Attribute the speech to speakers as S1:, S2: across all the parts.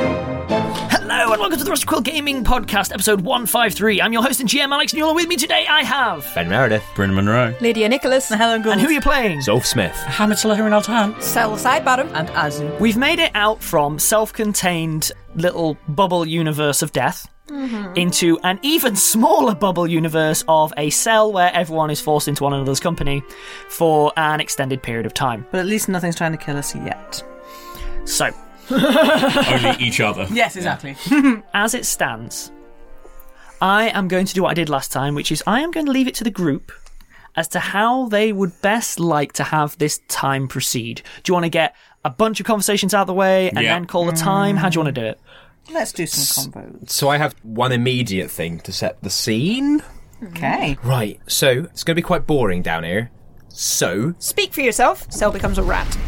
S1: Hello and welcome to the Russell Quill Gaming Podcast, episode 153. I'm your host and GM Alex, and you're with me today. I have.
S2: Ben Meredith.
S3: Bryn Monroe.
S4: Lydia Nicholas.
S5: And Helen Gould.
S1: And who are you playing?
S2: Zolf Smith.
S3: Hamid Salahir and Altan.
S4: Sel Sidebottom.
S5: And Azu.
S1: We've made it out from self contained little bubble universe of death.
S4: Mm-hmm.
S1: Into an even smaller bubble universe of a cell where everyone is forced into one another's company for an extended period of time.
S5: But at least nothing's trying to kill us yet.
S1: So,
S3: Only each other.
S5: Yes, exactly.
S1: as it stands, I am going to do what I did last time, which is I am going to leave it to the group as to how they would best like to have this time proceed. Do you want to get a bunch of conversations out of the way and
S3: Yeah.
S1: then call the time? How do you want to do it?
S5: Let's do some combos.
S2: So I have one immediate thing to set the scene.
S5: Okay.
S2: Right, so it's going to be quite boring down here. So,
S4: Speak for yourself. Cell becomes a rat.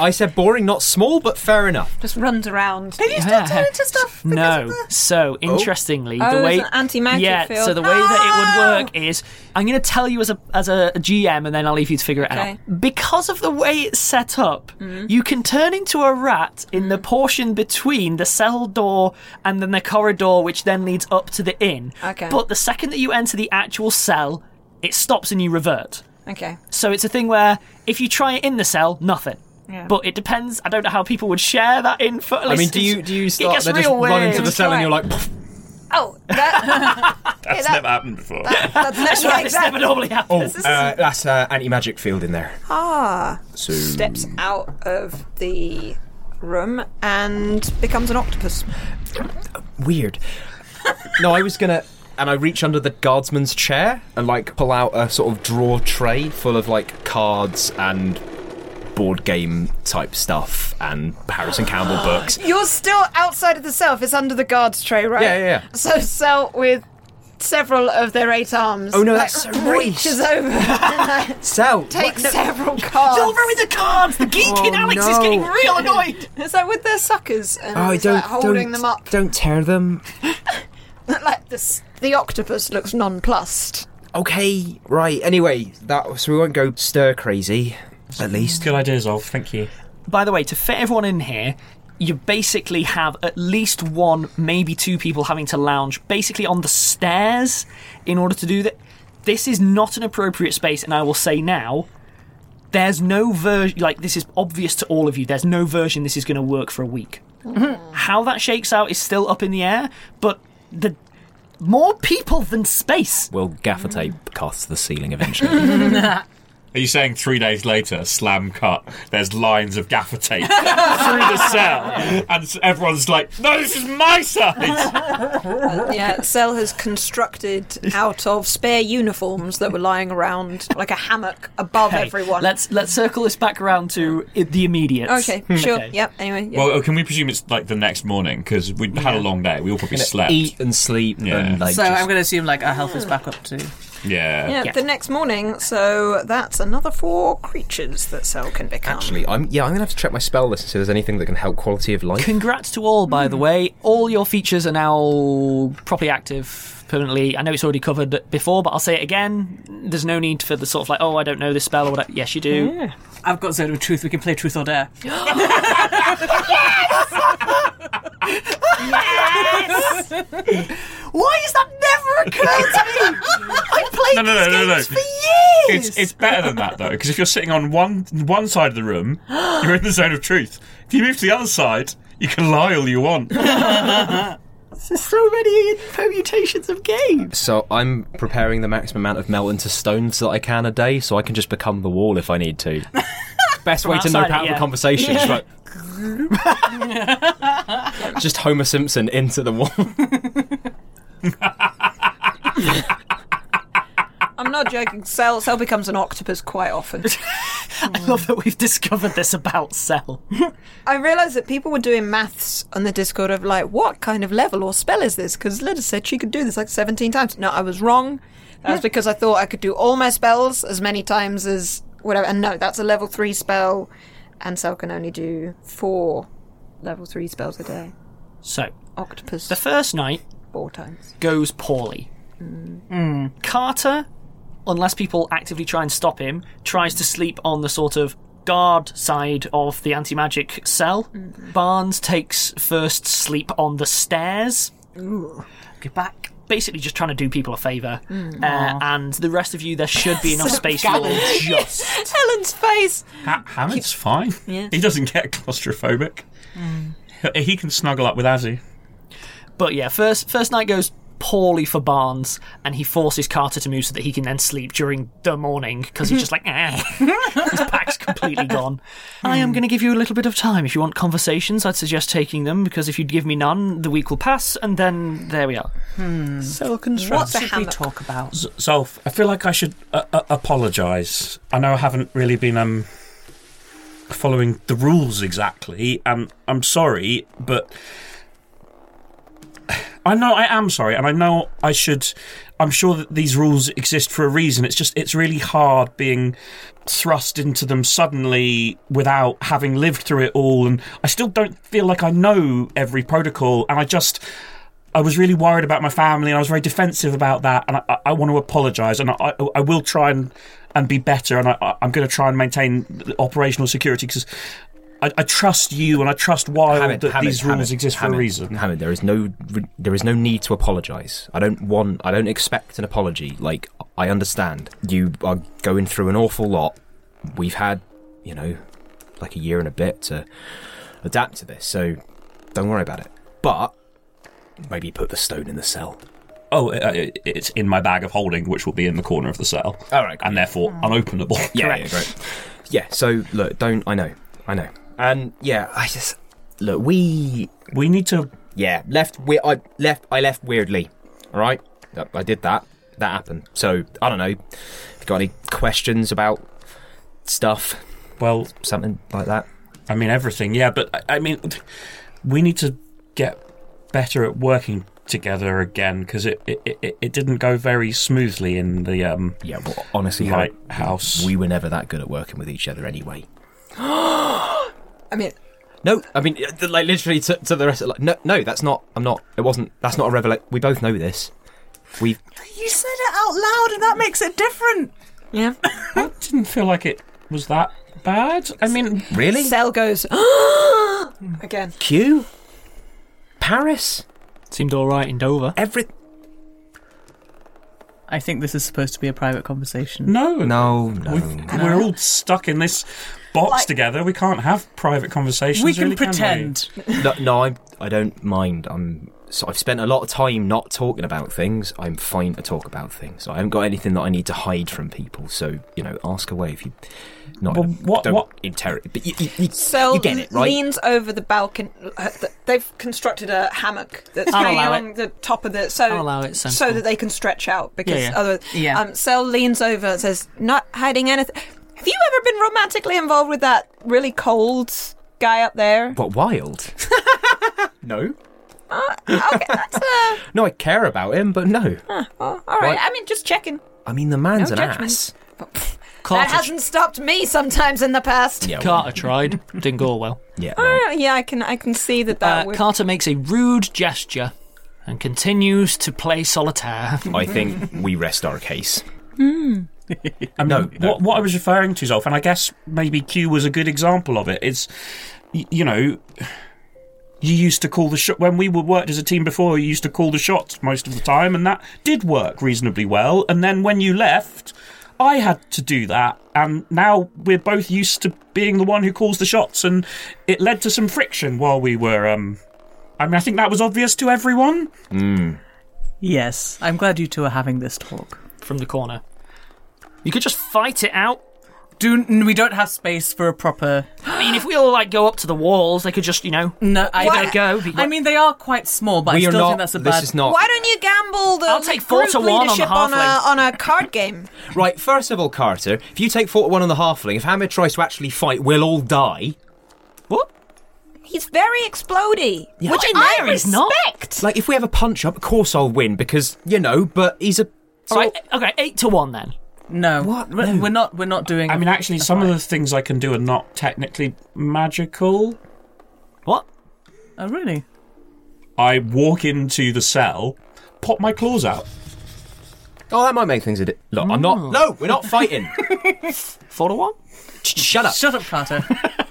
S2: I said boring, not small, but fair enough.
S4: Just runs around.
S5: Did you still turn into stuff? because
S1: No.
S5: of the-
S1: So interestingly,
S4: Oh,
S1: the
S4: there's
S1: way
S4: an anti-magic
S1: yeah.
S4: field. Ah!
S1: So the way that it would work is, I'm going to tell you as a as a GM, and then I'll leave you to figure it
S4: Okay. Mm.
S1: out. Because of the way it's set up, you can turn into a rat in the portion between the cell door and then the corridor, which then leads up to the inn.
S4: Okay.
S1: But the second that you enter the actual cell, it stops and you revert.
S4: Okay.
S1: So it's a thing where if you try it in the cell, nothing.
S5: Yeah.
S1: But it depends. I don't know how people would share that info.
S2: I mean, do you do you
S1: it
S2: start
S1: gets
S2: they just
S1: real weird.
S2: run into the cell and
S4: try.
S2: you're like,
S4: Oh, that,
S3: That's
S4: that-
S3: never happened before.
S4: that's
S1: That's
S4: not
S1: right. This never
S4: exactly.
S1: normally
S2: oh,
S1: happens.
S2: uh, that's uh, anti-magic field in there.
S4: Ah,
S2: So,
S4: steps out of the room and becomes an octopus.
S2: weird. no, I was gonna, and I reach under the guardsman's chair and like pull out a sort of draw tray full of like cards and board game type stuff and Harrison Campbell books.
S4: You're still outside of the self. It's under the guards tray, right?
S2: Yeah, yeah, yeah.
S4: So Cell with several of their eight arms.
S2: Oh, no,
S4: like,
S2: that's so
S4: reaches over.
S2: So
S4: Take several cards.
S5: Don't ruin
S4: the cards. The
S5: geeky Oh, Alex is no. getting real annoyed.
S4: It's like with their suckers and
S2: Oh,
S4: it's
S2: don't
S4: like holding
S2: don't,
S4: them up.
S2: Don't tear them.
S4: like this, the octopus looks nonplussed.
S2: Okay, right. Anyway, that so we won't go stir crazy. At least
S3: good ideas, Olf. Thank you.
S1: By the way, to fit everyone in here, you basically have at least one, maybe two people having to lounge basically on the stairs in order to do that. This is not an appropriate space, and I will say now, there's no version, like, this is obvious to all of you, there's no version this is going to work for a week.
S4: Mm-hmm.
S1: How that shakes out is still up in the air, but the more people than space.
S3: Will gaffer
S4: Mm.
S3: tape
S2: cost the ceiling
S3: eventually?
S1: Through
S3: Are you saying three days later, slam cut, there's lines of gaffer tape the cell, and s- everyone's like, "No, this is my side."
S4: yeah, Cell has constructed out of spare uniforms that were lying around like a hammock above
S1: Hey,
S4: everyone.
S1: Let's let's circle this back around to i- the immediate.
S4: Okay, sure. Yep. Anyway. yeah.
S3: Well, uh, can we presume it's like the next morning because we had a long day. We all probably
S2: Gonna
S3: slept,
S2: eat and sleep,
S3: yeah.
S2: and, like,
S5: so
S1: um,
S5: I'm going to assume like our health is back up too.
S3: yeah.
S4: yeah, the next morning. So that's another four creatures that Cell can become.
S2: Actually, I'm yeah. I'm gonna have to check my spell list and see if there's anything that can help quality of life.
S1: Congrats to all, by the
S4: Mm.
S1: way. All your features are now properly active permanently. I know it's already covered before, but I'll say it again. There's no need for the sort of like, oh, I don't know this spell or whatever. Yes, you do.
S4: Mm.
S5: I've got Zone of Truth. We can play Truth or Dare.
S1: Why has that never occurred to me? I played
S3: No, no, no,
S1: these
S3: no, no.
S1: games for years.
S3: It's, it's better than that though, because if you're sitting on one one side of the room, you're in the zone of truth. If you move to the other side, you can lie all you want.
S1: There's so many permutations of games.
S2: So I'm preparing the maximum amount of melt into stones that I can a day, so I can just become the wall if I need to. Best way
S1: From
S2: to know
S1: outside it,
S2: out
S1: yeah.
S2: the conversation.
S1: Yeah.
S2: Just, like, just Homer Simpson into the wall.
S4: I'm not joking. Cell Cell becomes an octopus quite often.
S1: I love that we've discovered this about Cell.
S4: I realised that people were doing maths on the Discord of like, what kind of level or spell is this? Because Lydda said she could do this like 17 times. No, I was wrong. That was because I thought I could do all my spells as many times as whatever. And no, that's a level three spell, and Cell can only do four level three spells a day.
S1: So,
S4: Octopus.
S1: the first night
S4: four times.
S1: goes poorly.
S5: Hmm.
S1: Carter, unless people actively try and stop him, tries to sleep on the sort of guard side of the anti magic cell.
S4: Mm-hmm.
S1: Barnes takes first sleep on the stairs.
S5: Mm. Get back.
S1: Basically, just trying to do people a favour. Uh, and the rest of you, there should be enough
S4: Mm. So
S1: space for you all
S4: gathered.
S1: just.
S4: Helen's face.
S3: Ha- Hammond's fine.
S4: Yeah.
S3: He doesn't get claustrophobic. He- He can snuggle up with Azzy.
S1: But yeah, first first night goes poorly for Barnes, and he forces Carter to move so that he can then sleep during the morning because he's just like, eh. his pack's completely gone.
S5: Hmm.
S1: I am going to give you a little bit of time. If you want conversations, I'd suggest taking them because if you give me none, the week will pass, and then there we are.
S5: So
S4: construct.
S5: Mm-hmm. What should we
S4: hammock?
S5: talk about?
S3: Zolf, I feel like I should uh, uh, apologise. I know I haven't really been um following the rules exactly, and I'm sorry, but I know I am sorry, and I know I should. I'm sure that these rules exist for a reason. It's just it's really hard being thrust into them suddenly without having lived through it all, and I still don't feel like I know every protocol, and I just. I was really worried about my family, and I was very defensive about that. And I- I, I want to apologise, and I, I, I will try and, and be better. And I- I, I'm going to try and maintain the operational security because I, I trust you, and I trust Wild
S2: Hammond,
S3: that
S2: Hammond,
S3: these rules
S2: Hammond,
S3: exist for
S2: Hammond,
S3: a reason.
S2: Hammond, there is no re- there is no need to apologise. I don't want. I don't expect an apology. Like I understand you are going through an awful lot. We've had, you know, like a year and a bit to adapt to this. So don't worry about it. But maybe put the stone in the cell.
S3: Oh, uh, uh, it's in my bag of holding, which will be in the corner of the cell.
S2: All Oh, right,
S3: and therefore
S2: Oh.
S3: unopenable.
S2: Yeah, yeah, great. Yeah. So look, don't. I know. I know. And yeah, I just look. We
S3: we need to.
S2: Yeah, left. We I left. I left weirdly. All right, I, I did that. That happened. So I don't know. If you got any questions about stuff?
S3: Well,
S2: something like that.
S3: I mean everything. Yeah, but I, I mean, we need to get better at working together again because it, it, it, it didn't go very smoothly in the um
S2: yeah well, honestly how-
S3: lighthouse.
S2: We were never that good at working with each other anyway.
S4: I mean,
S2: No, I mean, uh, like literally to, to the rest of like, no, no, that's not. I'm not. It wasn't. That's not a revelation. We both know this. We
S5: You said it out loud, and that makes it different.
S4: yeah.
S3: I didn't feel like it was that bad. I mean,
S2: really
S4: Cell goes again.
S2: Q, Paris,
S1: Seemed all right in Dover.
S2: every
S5: I think this is supposed to be a private conversation.
S3: no,
S2: no, no.
S3: We've- We're all stuck in this box
S5: Like-
S3: together. We can't have private conversations.
S5: we can
S3: really,
S5: pretend.
S2: no, no, I'm. I don't mind. I'm. So I've spent a lot of time not talking about things. I'm fine to talk about things. I haven't got anything that I need to hide from people. So you know, ask away if you. Not
S3: Well, what-
S2: don't
S3: what-
S2: interrogate. But you, you, you,
S4: Cell
S2: you get it right.
S4: leans over the balcony. uh, th- They've constructed a hammock that's
S5: I'll
S4: hanging
S5: allow
S4: along the top of the so
S5: I'll allow it,
S4: so
S5: sensible.
S4: that they can stretch out because
S5: Yeah, yeah.
S4: other
S5: Yeah.
S4: Um, Cell leans over and says, "Not hiding anything. Have you ever been romantically involved with that really cold guy up there?
S2: What wild? no,
S4: okay, that's uh,
S2: no, I care about him, but no.
S4: oh, all right.
S2: Right.
S4: I mean, just checking.
S2: I mean, the man's
S4: No
S2: an
S4: judgment.
S2: ass.
S1: Carter,
S4: That hasn't stopped me sometimes in the past.
S2: Yeah, well,
S1: Carter tried. Didn't go well.
S2: yeah.
S4: All
S2: well,
S4: right, yeah, I can I can see that that
S1: Uh,
S4: would.
S1: Carter makes a rude gesture and continues to play solitaire.
S2: I think we rest our case.
S5: Hmm.
S3: I mean,
S2: No, no.
S3: What, what I was referring to, Zolf, and I guess maybe Q was a good example of it. It's, y- you know, you used to call the shot when we were worked as a team before. You used to call the shots most of the time, and that did work reasonably well. And then when you left, I had to do that, and now we're both used to being the one who calls the shots, and it led to some friction while we were. um I mean, I think that was obvious to everyone.
S2: Hmm.
S5: Yes, I'm glad you two are having this talk.
S1: from the corner. You could just fight it out.
S5: Do n- we don't have space for a proper?
S1: I mean, if we all like go up to the walls, they could just, you know.
S5: No, I
S1: Give it a go, be-
S5: I mean, they are quite small, but I
S2: we are
S5: still
S2: not.
S5: think that's a
S2: this
S5: bad.
S2: is not
S4: Why don't you gamble the
S1: I'll take
S4: like,
S1: four to
S4: group
S1: one on the
S4: leadership on,
S1: halfling.
S4: a on a card game?
S2: right. First of all, Carter, if you take forty-one on the halfling, if Hamid tries to actually fight, we'll all die. What?
S4: He's very explodey, which
S1: in
S4: I
S1: there he's not.
S4: respect.
S2: Like if we have a punch-up, of course I'll win because you know. But he's a.
S1: All right, okay, eight to one then.
S5: no,
S2: What?
S5: We're,
S2: No.
S5: we're not. We're not doing.
S3: I mean, actually, some of the things I can do are not technically magical.
S1: What?
S5: Oh, really?
S3: I walk into the cell, pop my claws out. Mm.
S2: Oh, that might make things a di- look. I'm not. No, we're not fighting.
S1: Four to one?
S2: Sh- Shut up.
S5: Shut up, Carter.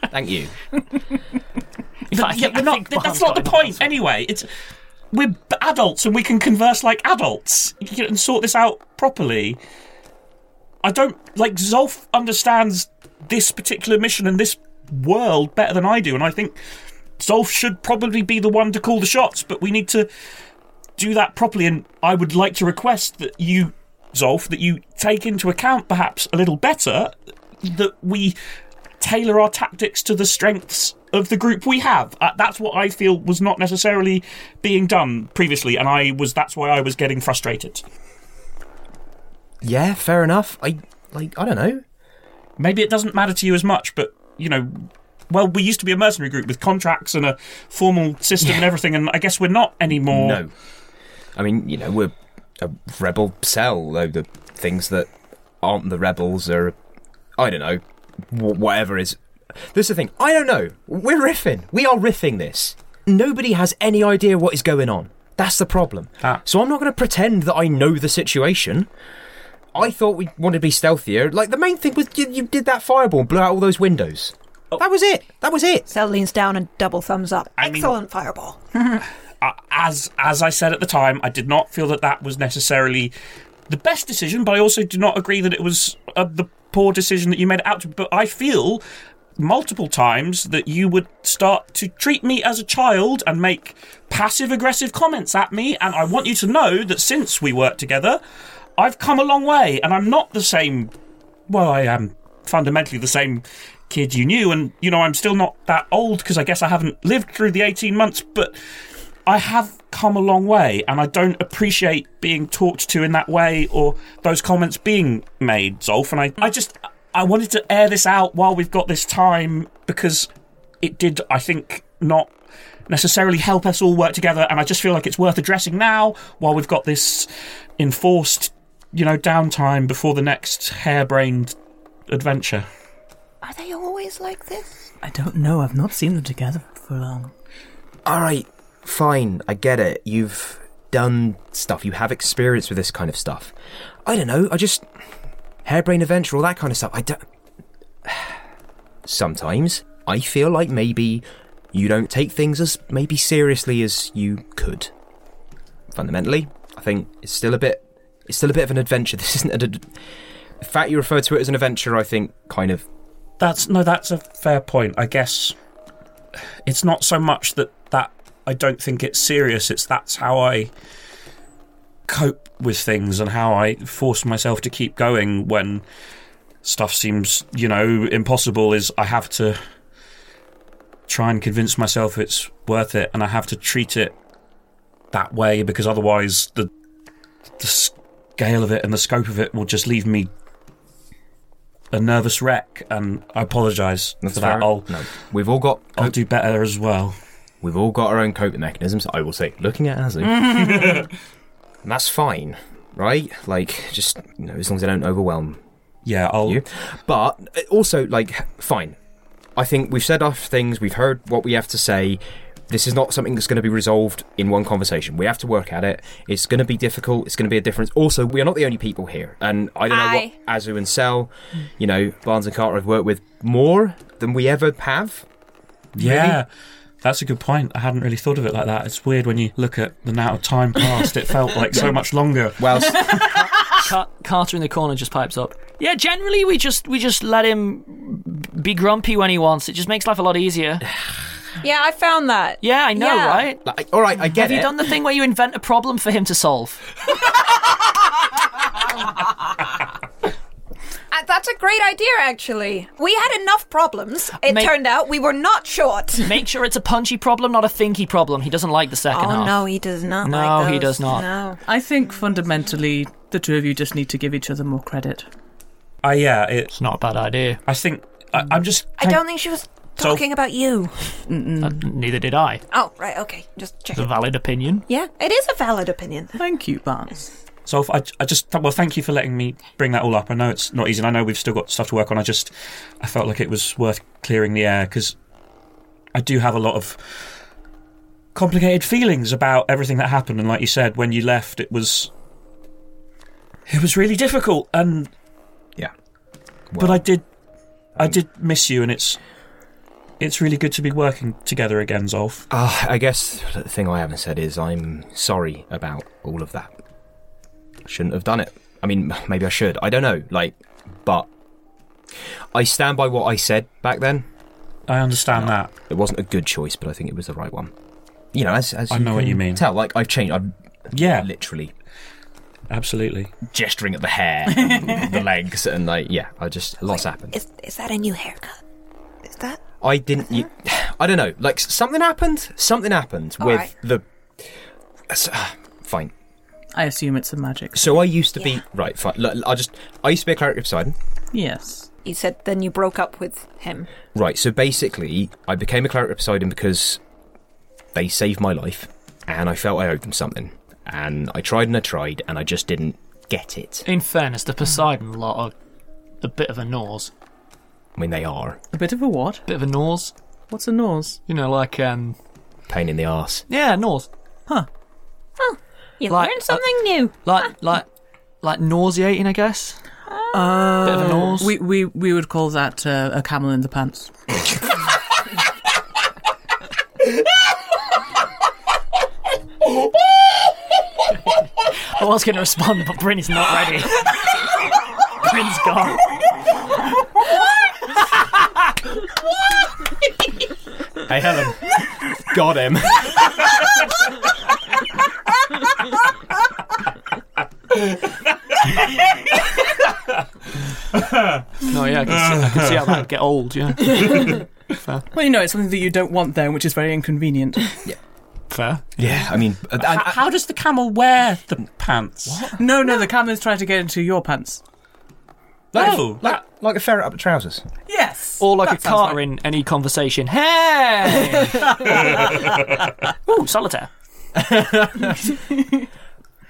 S2: Thank you.
S1: In
S3: Yeah,
S1: fact, I think-
S3: we're
S1: I
S3: not,
S1: think
S3: th-
S1: Barnes
S3: that's not the
S1: got it.
S3: point. Anyway, it's we're b- adults and we can converse like adults You can- and sort this out properly. I don't like Zolf understands this particular mission and this world better than I do, and I think Zolf should probably be the one to call the shots. But we need to do that properly, and I would like to request that you, Zolf, that you take into account perhaps a little better that we tailor our tactics to the strengths of the group we have. Uh, that's what I feel was not necessarily being done previously, and I was that's why I was getting frustrated.
S2: Yeah, fair enough. I like. I don't know.
S3: Maybe it doesn't matter to you as much, but you know, well, we used to be a mercenary group with contracts and a formal system and everything, and I guess we're not anymore.
S2: No. I mean, you know, we're a rebel cell, though the things that aren't the rebels are, I don't know, wh- whatever is. This is the thing. I don't know. We're riffing. We are riffing this. Nobody has any idea what is going on. That's the problem.
S3: Ah.
S2: So I'm not going to pretend that I know the situation. I thought we wanted to be stealthier. Like, the main thing was you, you did that fireball and blew out all those windows. That was it. That was it.
S4: Cell leans down and double thumbs up.
S3: I mean-
S4: Excellent fireball.
S3: uh, as as I said at the time, I did not feel that that was necessarily the best decision, but I also do not agree that it was uh, the poor decision that you made it out to. But I feel multiple times that you would start to treat me as a child and make passive aggressive comments at me, and I want you to know that since we worked together, I've come a long way, and I'm not the same. Well, I am fundamentally the same kid you knew, and you know I'm still not that old because I guess I haven't lived through the 18 months, but. I have come a long way, and I don't appreciate being talked to in that way or those comments being made, Zolf. And I, I just, I wanted to air this out while we've got this time because it did, I think, not necessarily help us all work together. And I just feel like it's worth addressing now while we've got this enforced, you know, downtime before the next harebrained adventure.
S4: Are they always like this?
S5: I don't know. I've not seen them together for long.
S2: All right, fine. I get it. You've done stuff. You have experience with this kind of stuff. I don't know. I just harebrained adventure, all that kind of stuff. I don't. Sometimes I feel like maybe you don't take things as maybe seriously as you could. Fundamentally, I think it's still a bit. It's still a bit of an adventure. This isn't a. The fact you refer to it as an adventure, I think, kind of
S3: That's no, that's a fair point. I guess it's not so much that that I don't think it's serious. It's that's how I cope with things and how I force myself to keep going when stuff seems, you know, impossible. Is I have to try and convince myself it's worth it, and I have to treat it that way because otherwise the the scale of it and the scope of it will just leave me a nervous wreck and I apologize for that.
S2: fair.
S3: I'll
S2: no, we've all got
S3: I'll do better as well.
S2: we've all got our own coping mechanisms. I will say, looking at Azu, and that's fine, right? Like, just you know, as long as I don't overwhelm
S3: Yeah, I'll
S2: you. But uh, also, like, fine. I think we've said our things. We've heard what we have to say. This is not something that's going to be resolved in one conversation. We have to work at it. It's going to be difficult. It's going to be a difference. Also, we are not the only people here, and I don't know
S6: Aye.
S2: what Azu and Sel, you know, Barnes and Carter have worked with more than we ever have.
S3: Yeah. That's a good point. I hadn't really thought of it like that. It's weird when you look at the amount of time passed. It felt like so much longer.
S2: Well,
S1: Car- Carter in the corner just pipes up. Yeah, generally we just we just let him b- be grumpy when he wants. It just makes life a lot easier.
S4: Yeah, I found that.
S1: Yeah, I know,
S4: Yeah.
S1: right?
S2: like, all right, I get
S1: Have
S2: it.
S1: you done the thing where you invent a problem for him to solve?
S4: Uh, that's a great idea, actually. We had enough problems. It
S1: Mate-
S4: turned out we were not short.
S1: Make sure it's a punchy problem, not a thinky problem. He doesn't like the second half.
S4: Oh, he does not.
S1: No, he does not.
S4: No.
S5: I think fundamentally, the two of you just need to give each other more credit.
S3: Uh, yeah, it,
S1: It's not a bad idea.
S3: I think I, I'm just.
S4: I don't think she was
S3: So-
S4: talking about you.
S1: Uh, neither did I.
S4: Oh, right. Okay. Just
S1: It's
S4: checking.
S1: a valid opinion.
S4: yeah, it is a valid opinion.
S5: Thank you, Barnes.
S3: So if I, I just well, thank you for letting me bring that all up. I know it's not easy, and I know we've still got stuff to work on. I just I felt like it was worth clearing the air because I do have a lot of complicated feelings about everything that happened. And like you said, when you left, it was it was really difficult, and
S2: Yeah.
S3: but I did, I did miss you, and it's it's really good to be working together again, Zolf.
S2: Uh, I guess the thing I haven't said is I'm sorry about all of that. Shouldn't have done it. I mean, maybe I should. I don't know. Like, but I stand by what I said back then.
S3: I understand that.
S2: It wasn't a good choice, but I think it was the right one. You know, as, as
S3: I know what
S2: can
S3: you mean.
S2: Tell, like I've changed. I'm
S3: Yeah,
S2: literally
S3: absolutely.
S2: gesturing at the hair, and the legs, and like, yeah, I just lots happened.
S4: Is is that a new haircut? Is that?
S2: I didn't. You, I don't know. Like s- something happened. Something happened
S4: All
S2: with
S4: right.
S2: the. s- ah, fine.
S5: I assume it's a magic.
S2: So I used to be right. Fine. Look, I just I used to be a cleric of Poseidon.
S5: Yes.
S4: You said then you broke up with him.
S2: Right. So basically, I became a cleric of Poseidon because they saved my life, and I felt I owed them something. And I tried and I tried, and I just didn't get it.
S1: In fairness, the Poseidon lot are a bit of a nose.
S2: I mean, they are
S5: A bit of a what?
S1: Bit of a nose.
S5: What's a nose?
S1: You know, like, um.
S2: pain in the arse.
S1: Yeah, nose.
S4: You
S1: Like, uh,
S4: learned something new.
S1: Like, like, like nauseating, I guess. bit
S5: Uh,
S1: of a nose.
S5: We, we, we would call that uh, a camel in the pants.
S1: I was going to respond, but Bryn's not ready. Bryn's gone.
S2: Hey, Helen. Got him.
S1: No, yeah, I can see, I can see how that would get old, yeah.
S5: Well, you know, it's something that you don't want then, which is very inconvenient.
S1: Fair.
S2: Yeah. I mean, and- and-
S3: How does the camel wear the pants?
S5: no, no, the camel is trying to get into your pants.
S2: Like,
S3: Oh.
S2: like, like a ferret up the trousers.
S5: Yes.
S1: Or like
S5: That
S1: a
S5: sounds
S1: car in any conversation. Hey! Ooh, solitaire.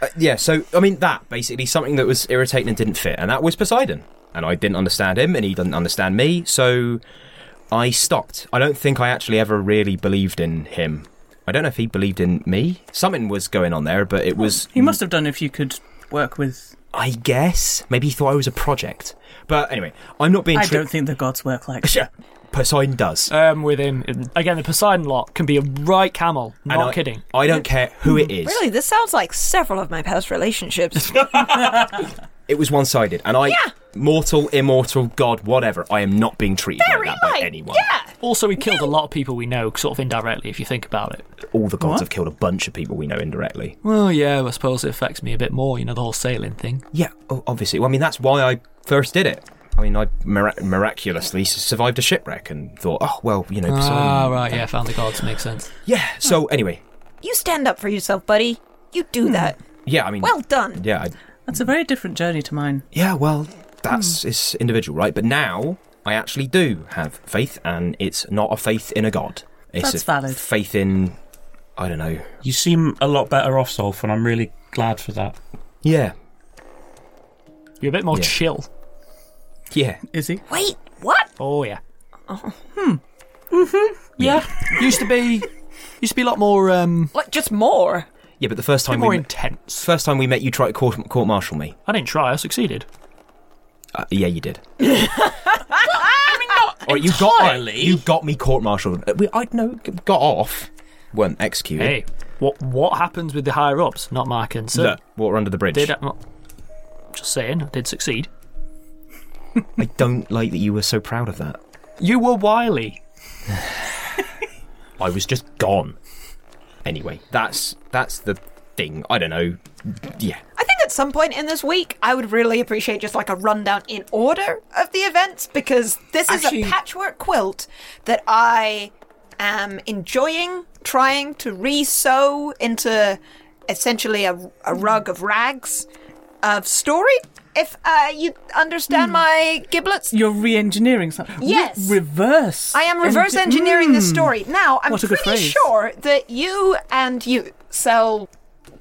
S2: Uh, yeah, so I mean that basically something that was irritating and didn't fit, and that was Poseidon, and I didn't understand him, and he didn't understand me, so I stopped. I don't think I actually ever really believed in him. I don't know if he believed in me. Something was going on there, but it was.
S5: He must have done if you could work with.
S2: I guess maybe he thought I was a project. But anyway, I'm not being.
S5: I
S2: tri-
S5: don't think the gods work like.
S2: Yeah, Poseidon does.
S1: Um, with him. Again, the Poseidon lot can be a right camel.
S2: And
S1: Not
S2: I-
S1: kidding.
S2: I don't care who it is.
S4: Really, this sounds like several of my past relationships.
S2: It was one sided, and I.
S4: Yeah.
S2: Mortal, immortal, god, whatever. I am not being treated
S4: Very
S2: like that by
S4: like,
S2: anyone.
S4: yeah.
S1: Also, we killed a lot of people we know, sort of indirectly, if you think about it.
S2: All the gods
S5: What?
S2: have killed a bunch of people we know indirectly.
S1: Well, yeah, I suppose it affects me a bit more, you know, the whole sailing thing.
S2: Yeah, o- obviously. Well, I mean, that's why I first did it. I mean, I mirac- miraculously s- survived a shipwreck and thought, oh, well, you know.
S1: Ah,
S2: so-
S1: right, yeah, found the gods, makes sense.
S2: Yeah, so anyway.
S4: You stand up for yourself, buddy. You do
S2: Hmm.
S4: that.
S2: Yeah, I mean.
S4: Well done.
S2: Yeah, I,
S5: That's a very different journey to mine. Hmm.
S2: yeah, well, that's it's individual, right? But now I actually do have faith, and it's not a faith in a god. It's
S5: That's
S2: a
S5: valid.
S2: faith in, I don't know.
S3: You seem a lot better off, Solf, and I'm really glad for that.
S2: Yeah,
S1: You're a bit more
S2: Yeah.
S1: chill.
S2: yeah.
S5: Is he?
S4: Wait, what?
S1: Oh, yeah. hmm. Mm-hmm. Yeah. used to be. Used to be a lot more, um,
S4: Like, just more.
S2: Yeah, but the first
S1: a bit
S2: time
S1: more
S2: we met,
S1: intense.
S2: first time we met, you tried to court, court martial me.
S1: I didn't try, I succeeded.
S2: Uh, yeah, you did. Or you got
S3: entirely.
S2: you got me court martialed. Uh, We I no got off, weren't executed.
S1: Hey, what what happens with the higher ups? Not my concern.
S2: Look, water under the bridge.
S1: Did I, well, just saying, I did succeed.
S2: I don't like that you were so proud of that.
S1: You were wily.
S2: I was just gone. Anyway, that's that's the thing. I don't know. Yeah,
S4: I think at some point in this week, I would really appreciate just like a rundown in order of the events because this
S2: Actually-
S4: is a patchwork quilt that I am enjoying trying to re sew into essentially a, a
S2: Hmm.
S4: rug of rags of story. If uh, you
S2: Hmm.
S4: understand my giblets,
S5: You're re-engineering something. Re-
S4: Yes.
S5: reverse.
S4: I am reverse
S5: engi-
S4: engineering this
S5: Mm.
S4: story. Now, I'm
S5: What a good
S4: pretty
S5: phrase.
S4: sure that you and you sell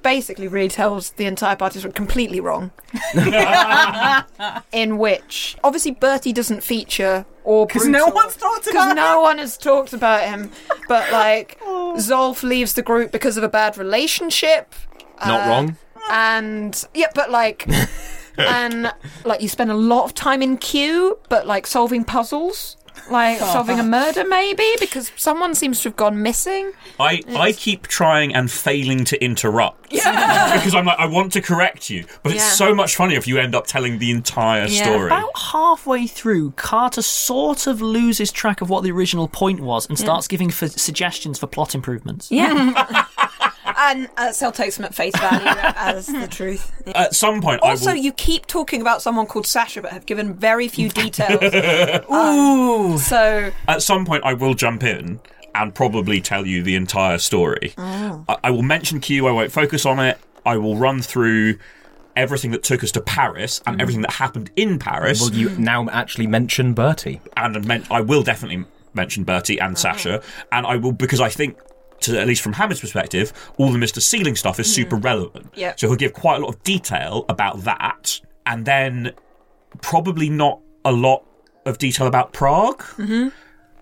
S4: basically retells the entire party's completely wrong. In which, obviously, Bertie doesn't feature or
S5: 'Cause no
S4: Brutal,
S5: one's talked
S4: 'cause
S5: about
S4: no
S5: him. Oh.
S4: one has talked about him. But like, Zolf leaves the group because of a bad relationship, Uh,
S2: not wrong.
S4: and yeah, but like. and like you spend a lot of time in queue, but like solving puzzles, like solving a murder maybe because someone seems to have gone missing.
S3: I, I keep trying and failing to interrupt. because I'm like, I want to correct you, but
S4: Yeah.
S3: it's so much funnier if you end up telling the entire
S4: Yeah.
S3: story.
S1: About halfway through, Carter sort of loses track of what the original point was and starts giving for suggestions for plot improvements.
S4: Yeah. and uh, Cell takes them at face value as the truth.
S3: At some point,
S4: Also,
S3: I will.
S4: you keep talking about someone called Sasha, but have given very few details. Ooh. So
S3: At some point, I will jump in and probably tell you the entire story.
S4: Mm.
S3: I, I will mention Q. I won't focus on it. I will run through everything that took us to Paris and everything that happened in Paris.
S2: Mm. Will you now actually mention Bertie? Oh.
S3: and men- I will definitely mention Bertie and Sasha, and I will because I think. To, at least from Hammond's perspective, all the Mr. Sealing stuff
S2: Mm.
S3: is super relevant.
S4: Yep.
S3: So he'll give quite a lot of detail about that, and then probably not a lot of detail about Prague. Mm-hmm.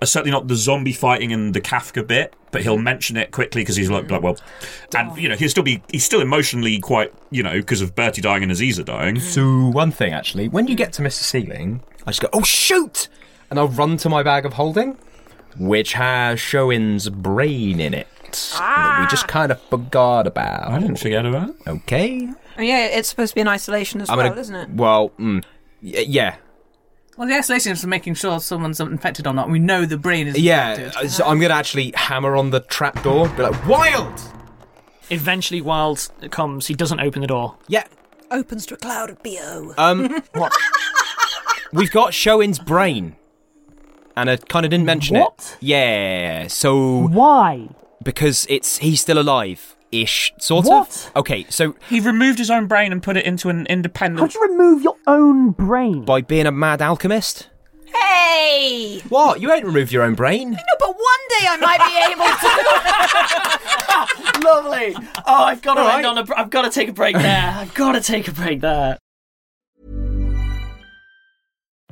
S3: Uh, certainly not the zombie fighting and the Kafka bit, but he'll mention it quickly because he's
S2: Mm.
S3: like, like, well, and you know he'll still be he's still emotionally quite you know because of Bertie dying and Aziza dying.
S2: So one thing actually, when you get to Mr. Sealing, I just go, "Oh shoot!" and I'll run to my bag of holding, which has Shoin's brain in it. That we
S4: Ah.
S2: just kind of forgot about.
S3: forget about it.
S2: Okay.
S4: yeah, it's supposed to be an isolation as well, isn't it?
S2: Well, mm, y- yeah,
S5: Well, the isolation is for making sure someone's infected or not. We know the brain is
S2: yeah.
S5: infected.
S2: uh, So I'm gonna actually hammer on the trap door. Be like, wild.
S1: Mm-hmm. Eventually, Wild comes. He doesn't open the door.
S2: Yeah.
S4: Opens to a cloud of bo.
S2: Um. what? We've got Shoin's brain, and I kind of didn't mention
S1: What?
S2: it. Yeah. So
S1: Why?
S2: because it's he's still alive. ish, sort
S1: What?
S2: of. Okay, so
S3: He removed his own brain and put it into an independent.
S1: How'd you remove your own brain?
S2: by being a mad alchemist.
S4: Hey!
S2: What? You ain't removed your own brain?
S4: No, but one day I might be able to.
S1: Lovely. Oh, I've got to
S2: All
S1: end on a. br- I've got to take a break there. I've got to take a break there.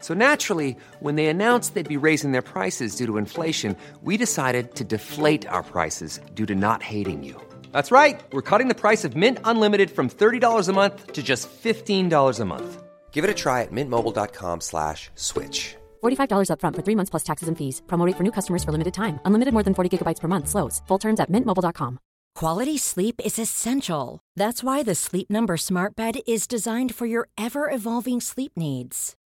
S7: So naturally, when they announced they'd be raising their prices due to inflation, we decided to deflate our prices due to not hating you. That's right. We're cutting the price of Mint Unlimited from $30 a month to just $15 a month. Give it a try at mintmobile.com slash switch.
S8: $45 upfront for three months plus taxes and fees. Promo rate for new customers for limited time. Unlimited more than 40 gigabytes per month. Slows. Full terms at mintmobile.com.
S9: Quality sleep is essential. That's why the Sleep Number Smart Bed is designed for your ever evolving sleep needs.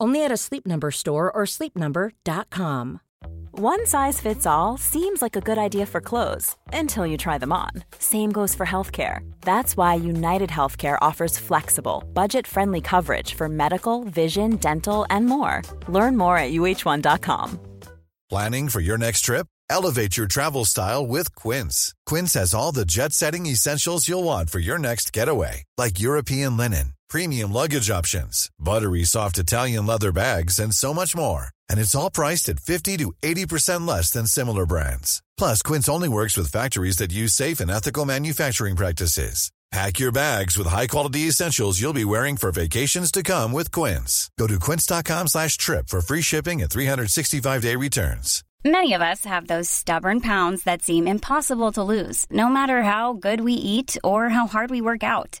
S9: Only at a Sleep Number store or sleepnumber.com.
S10: One size fits all seems like a good idea for clothes until you try them on. Same goes for healthcare. That's why United Healthcare offers flexible, budget friendly coverage for medical, vision, dental, and more. Learn more at uh1.com.
S11: Planning for your next trip? Elevate your travel style with Quince. Quince has all the jet setting essentials you'll want for your next getaway, like European linen, premium luggage options, buttery soft Italian leather bags, and so much more. And it's all priced at 50 to 80% less than similar brands. Plus, Quince only works with factories that use safe and ethical manufacturing practices. Pack your bags with high-quality essentials you'll be wearing for vacations to come with Quince. Go to quince.com slash trip for free shipping and 365-day returns.
S6: Many of us have those stubborn pounds that seem impossible to lose, no matter how good we eat or how hard we work out.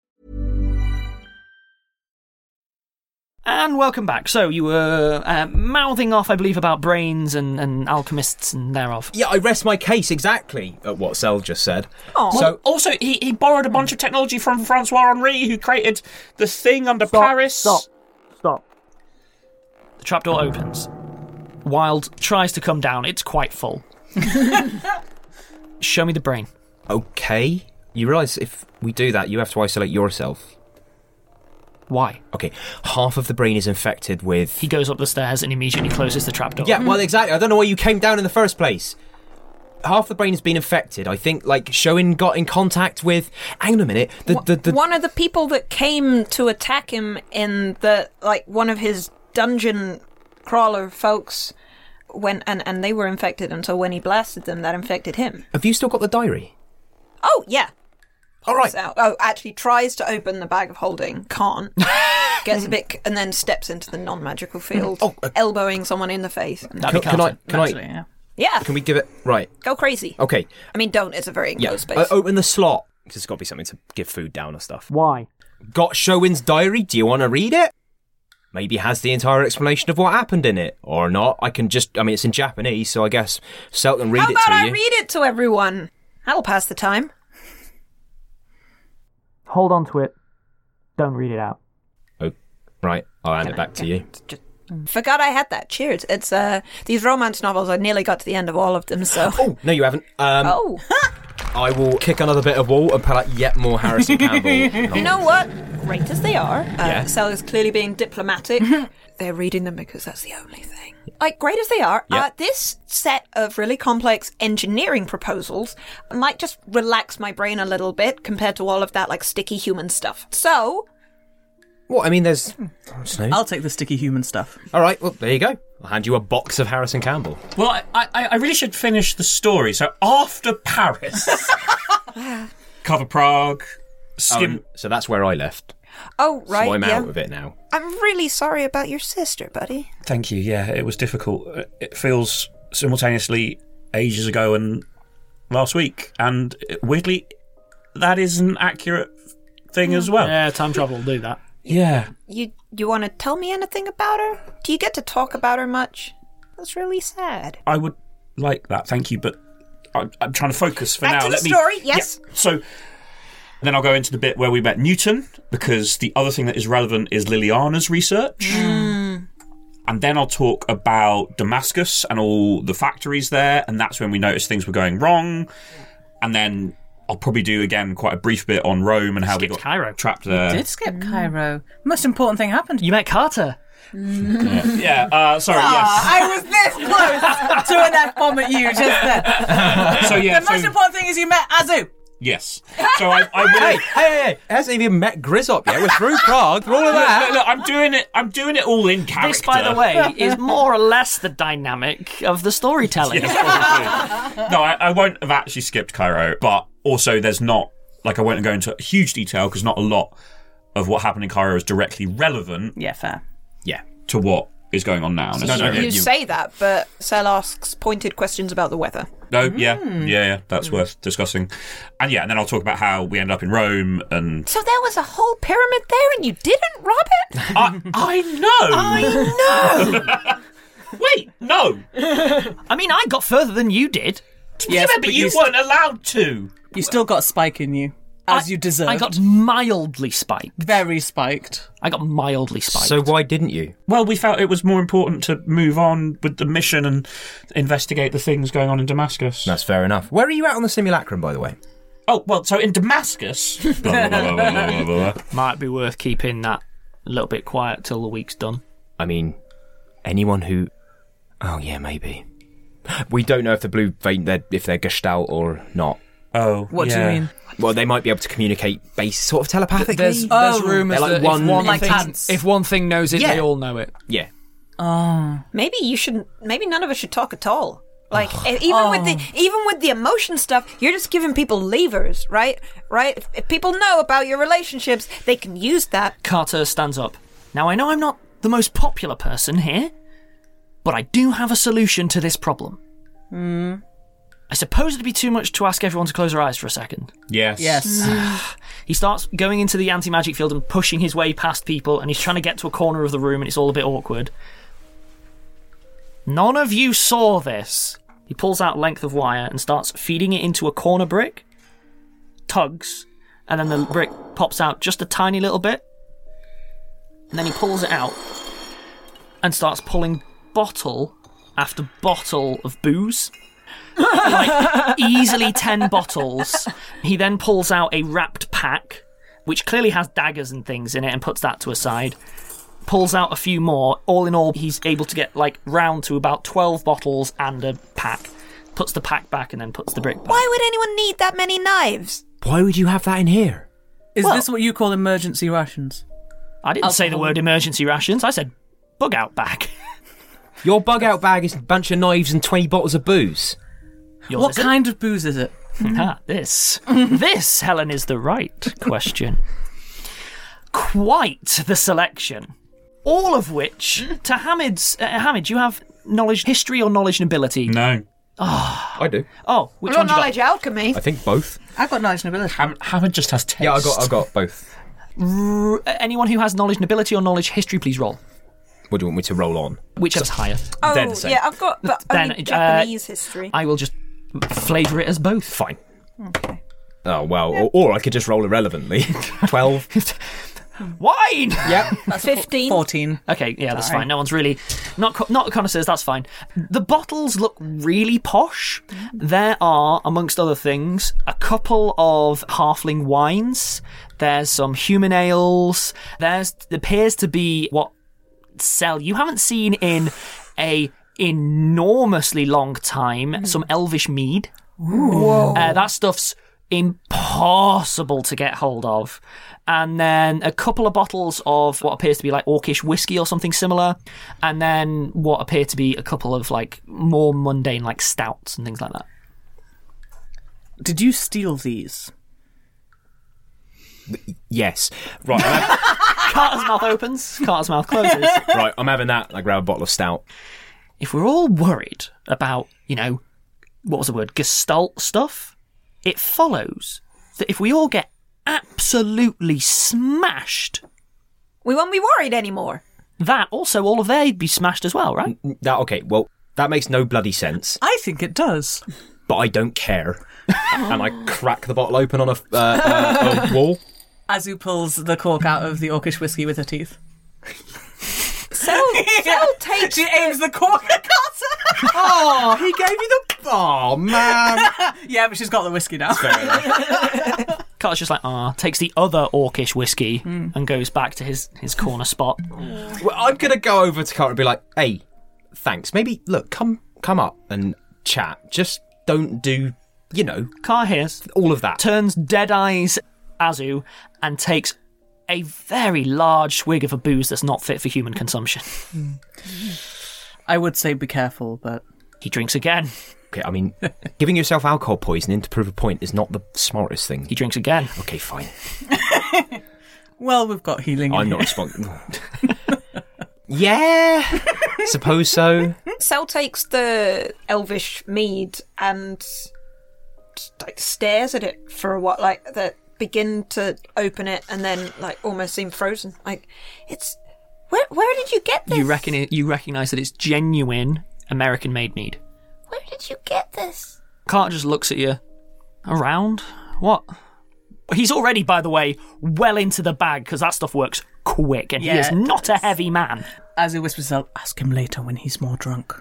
S1: And welcome back. So you were uh, mouthing off, I believe, about brains and, and alchemists and thereof.
S2: Yeah, I rest my case exactly at what Sel just said.
S4: Oh.
S2: So
S3: also, he, he borrowed a bunch of technology from Francois Henri, who created the thing under Paris.
S1: Stop. Stop. The trapdoor opens. Wild tries to come down. It's quite full. Show me the brain.
S2: okay, you realise if we do that, you have to isolate yourself.
S1: Why?
S2: Okay, half of the brain is infected with.
S1: He goes up the stairs and immediately closes the trapdoor.
S2: Yeah, well, exactly. I don't know why you came down in the first place. Half the brain has been infected. I think, like, Showin got in contact with. Hang on a minute. The, the, the,
S4: one of the people that came to attack him in the like one of his dungeon crawler folks when and and they were infected until when he blasted them that infected him.
S2: Have you still got the diary?
S4: Oh yeah.
S2: All right.
S4: Pops out. Oh, actually tries to open the bag of holding, can't. Gets a bit, and then steps into the non-magical field,
S2: Oh, uh,
S4: elbowing someone in the face.
S2: Can- can I- can I-
S5: naturally, yeah.
S4: Yeah,
S2: Can we give it. Right.
S4: go crazy.
S2: Okay.
S4: I mean, don't. It's a very
S2: Yeah.
S4: enclosed
S2: Uh,
S4: space.
S2: open the slot. 'Cause There's got to be something to give food down or stuff.
S1: Why?
S2: Got Showin's diary. Do you want to read it? Maybe has the entire explanation of what happened in it. Or not. I can just. I mean, it's in Japanese, so I guess Sel can read
S4: How
S2: it
S4: about
S2: to
S4: I
S2: you.
S4: read it to everyone? That'll pass the time.
S1: Hold on to it. Don't read it out.
S2: oh, right. I'll hand it back to you.
S4: Just- forgot I had that. Cheers. It's uh these romance novels. I nearly got to the end of all of them. So
S2: Oh, no, you haven't. Um,
S4: oh,
S2: I will kick another bit of wall and pull out yet more Harrison Campbell.
S4: you know what? Great as they are, uh,
S2: Yeah.
S4: Sel is clearly being diplomatic. They're reading them because that's the only thing. like great as they are,
S12: Yeah.
S4: uh, this set of really complex engineering proposals might just relax my brain a little bit compared to all of that like sticky human stuff. So
S2: Well, I mean, there's. I don't know.
S5: I'll take the sticky human stuff.
S2: All right, well, there you go. I'll hand you a box of Harrison Campbell.
S3: Well, I, I, I really should finish the story. So after Paris, cover Prague, skim.
S2: Um, so that's where I left.
S4: Oh right,
S2: so I'm
S4: yeah.
S2: out of it now.
S4: I'm really sorry about your sister, buddy.
S3: Thank you. Yeah, it was difficult. Uh, It feels simultaneously ages ago and last week, and uh, weirdly, that is an accurate thing as well.
S1: Yeah, time travel will do that.
S3: Yeah.
S4: You you want to tell me anything about her? Do you get to talk about her much? That's really sad.
S3: I would like that. Thank you, but I'm, I'm trying to focus for
S4: Back
S3: now.
S4: to the
S3: Let me-
S4: story, yes.
S3: Yeah, So then I'll go into the bit where we met Newton because the other thing that is relevant is Liliana's research.
S4: Hmm.
S3: And then I'll talk about Damascus and all the factories there, and that's when we noticed things were going wrong. And then I'll probably do again quite a brief bit on Rome and how we got trapped there.
S5: You did skip Cairo. Most important thing happened. You
S1: Mm. met Carter.
S3: Yeah, yeah, uh, sorry, yes.
S5: I was this close to an F bomb at you just then.
S3: So yeah,
S5: the most
S3: so-
S5: important thing is you met Azu.
S3: Yes. So I, I will.
S2: Hey, hey, hey! Hasn't even met Grizzop yet. We're through Prague. Through all of
S3: Look,
S2: that.
S3: look, look, I'm doing it. I'm doing it all in character.
S1: This, by the way, is more or less the dynamic of the storytelling.
S3: no, I, I won't have actually skipped Cairo, but also there's not like I won't go into huge detail because not a lot of what happened in Cairo is directly relevant.
S5: Yeah, fair.
S3: Yeah, to what is going on now. necessarily.
S4: you say that, but Sel asks pointed questions about the weather.
S3: No, yeah,
S4: Mm.
S3: yeah, yeah. That's worth discussing. And yeah, and then I'll talk about how we ended up in Rome and
S4: So there was a whole pyramid there, and you didn't, Robert?
S3: I, I know.
S4: I
S3: know. Wait, no.
S1: I mean, I got further than you did.
S5: Yes,
S1: yeah, but,
S5: but
S1: you,
S5: you st-
S3: weren't allowed to.
S5: You still got a spike in you, as you deserved.
S1: I got mildly spiked.
S5: Very spiked.
S1: I got mildly spiked.
S2: So why didn't you?
S3: Well, we felt it was more important to move on with the mission and investigate the things going on in Damascus.
S2: That's fair enough. Where are you at on the simulacrum, by the way?
S3: Oh well, so in Damascus, blah, blah, blah, blah, blah, blah, blah.
S1: Might be worth keeping that a little bit quiet till the week's done.
S2: I mean, anyone who. Oh yeah, maybe. We don't know if the blue vein they're, if they're gestalt or not.
S3: Oh,
S5: What do you yeah. mean?
S2: Well, they might be able to communicate base sort of telepathically.
S12: There's, there's rumours
S2: They're
S12: that
S2: like
S12: if, one
S2: Like
S12: thing,
S2: ants.
S12: if one thing knows it,
S2: Yeah.
S12: they all know it.
S2: Yeah.
S4: Oh. Maybe you shouldn't. Maybe none of us should talk at all. Like e- even with the
S1: Oh.
S4: even with the emotion stuff, you're just giving people levers, right? Right? If, if people know about your relationships, they can use that.
S1: Carter stands up. Now, I know I'm not the most popular person here, but I do have a solution to this problem.
S5: Hmm.
S1: I suppose it'd be too much to ask everyone to close their eyes for a second.
S3: Yes.
S1: he starts going into the anti magic field and pushing his way past people, and he's trying to get to a corner of the room, and it's all a bit awkward. None of you saw this. He pulls out length of wire and starts feeding it into a corner brick, tugs, and then the brick pops out just a tiny little bit. And then he pulls it out and starts pulling bottle after bottle of booze. like easily 10 bottles. He then pulls out a wrapped pack, which clearly has daggers and things in it, and puts that to a side. Pulls out a few more. All in all, he's able to get like round to about 12 bottles and a pack. Puts the pack back and then puts the brick back.
S4: Why would anyone need that many knives?
S2: Why would you have that in here?
S5: Is
S1: Well-
S5: this what you call emergency rations?
S1: I didn't say the
S5: Alcohol.
S1: word emergency rations, I said bug out bag.
S2: Your bug out bag is a bunch of knives and 20 bottles of booze.
S1: Yours
S5: what
S1: is it?
S5: kind of booze is it?
S2: Hmm.
S1: Ah, this. this, Helen, is the right question. Quite the selection. All of which, to Hamid's. Uh, Hamid, you have knowledge, history, or knowledge and ability?
S3: No.
S1: Oh,
S2: I do.
S1: oh which one do you got?
S4: alchemy.
S2: think both.
S5: I got knowledge and ability.
S3: Hammond just has taste.
S2: Yeah, I got, I got both.
S1: R- uh, anyone who has knowledge and ability or knowledge history, please roll.
S2: What do you want me to roll on?
S1: Whichever's higher.
S4: Oh yeah, I've got but only
S1: Then, uh,
S4: Japanese history. Hmm.
S1: I will just flavour it as both.
S2: Fine. Oh, well, or, or I could just roll irrelevantly. 12.
S1: Wine!
S2: Yep.
S4: Fifteen.
S5: 14.
S1: Okay, yeah, that's
S5: Sorry.
S1: fine. No one's really not co- not connoisseurs. That's fine. The bottles look really posh. There are, amongst other things, a couple of halfling wines. There's some human ales. There's appears to be what sell you haven't seen in a enormously long time, some elvish mead.
S5: Whoa.
S1: Uh, that stuff's impossible to get hold of. And then a couple of bottles of what appears to be like orcish whiskey or something similar. And then what appear to be a couple of like more mundane, like stouts and things like that.
S5: Did you steal these?
S2: Yes. Right. I'm hav-
S1: Carter's mouth opens, Carter's mouth closes.
S2: right. I'm having that. I grab a bottle of stout.
S1: If we're all worried about, you know, what was the word, gestalt stuff, it follows that if we all get absolutely smashed,
S4: we won't be worried anymore.
S1: That also, all of they'd be smashed as well, right?
S2: That okay. Well, that makes no bloody sense.
S5: I think it does.
S2: But I don't care. and I crack the bottle open on a, uh, uh, a wall.
S5: Azu pulls the cork out of the orcish whiskey with her teeth.
S4: Sel, Sel takes.
S5: She aims the cork at Carter.
S2: oh, he gave you the. Oh man.
S5: yeah, but she's got the whiskey now.
S1: Carter's just like, ah, takes the other orcish whiskey and goes back to his, his corner spot.
S2: Well, I'm gonna go over to Carter and be like, "Hey, thanks. Maybe look, come come up and chat. Just don't do, you know,
S1: Car hears
S2: all of that."
S1: turns dead eyes Azu and takes a very large swig of a booze that's not fit for human consumption.
S5: I would say be careful, but
S1: he drinks again.
S2: Okay, I mean, giving yourself alcohol poisoning to prove a point is not the smartest thing.
S1: He drinks again.
S2: Okay, fine.
S5: well, we've got healing. in
S2: I'm not
S5: here.
S2: responsible. yeah, suppose so.
S4: Sel takes the elvish mead and like stares at it for a while, like that begin to open it and then like almost seem frozen. Like it's where where did you get this?
S1: You reckon it, you recognize that it's genuine American made mead.
S4: Where did you get this?
S1: Carter just looks at you. Around? What? He's already, by the way, well into the bag because that stuff works quick and he
S5: Yeah,
S1: is
S5: it
S1: not a heavy man.
S5: Azu whispers, to Sel, "Ask him later when he's more drunk."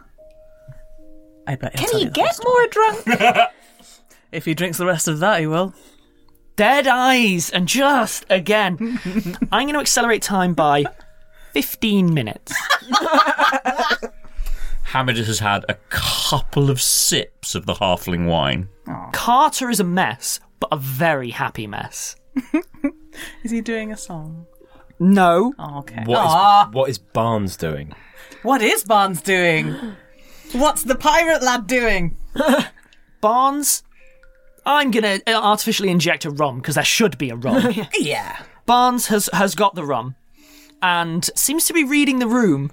S5: I bet. he'll
S4: Can
S5: tell
S4: he
S5: you the
S4: get
S5: whole
S4: more drunk?
S5: story. If he drinks the rest of that, he will.
S1: Dead eyes and just again. I'm going to accelerate time by 15 minutes.
S12: Hamid has had a couple of sips of the halfling wine.
S1: Carter is a mess, but a very happy mess.
S5: Is he doing a song?
S1: No.
S5: Oh, okay.
S2: What is
S5: Aw,
S2: what is Barnes doing?
S5: what is Barnes doing? What's the pirate lad doing?
S1: Barnes, I'm going to artificially inject a rum because there should be a rum.
S5: Yeah.
S1: Barnes has, has got the rum and seems to be reading the room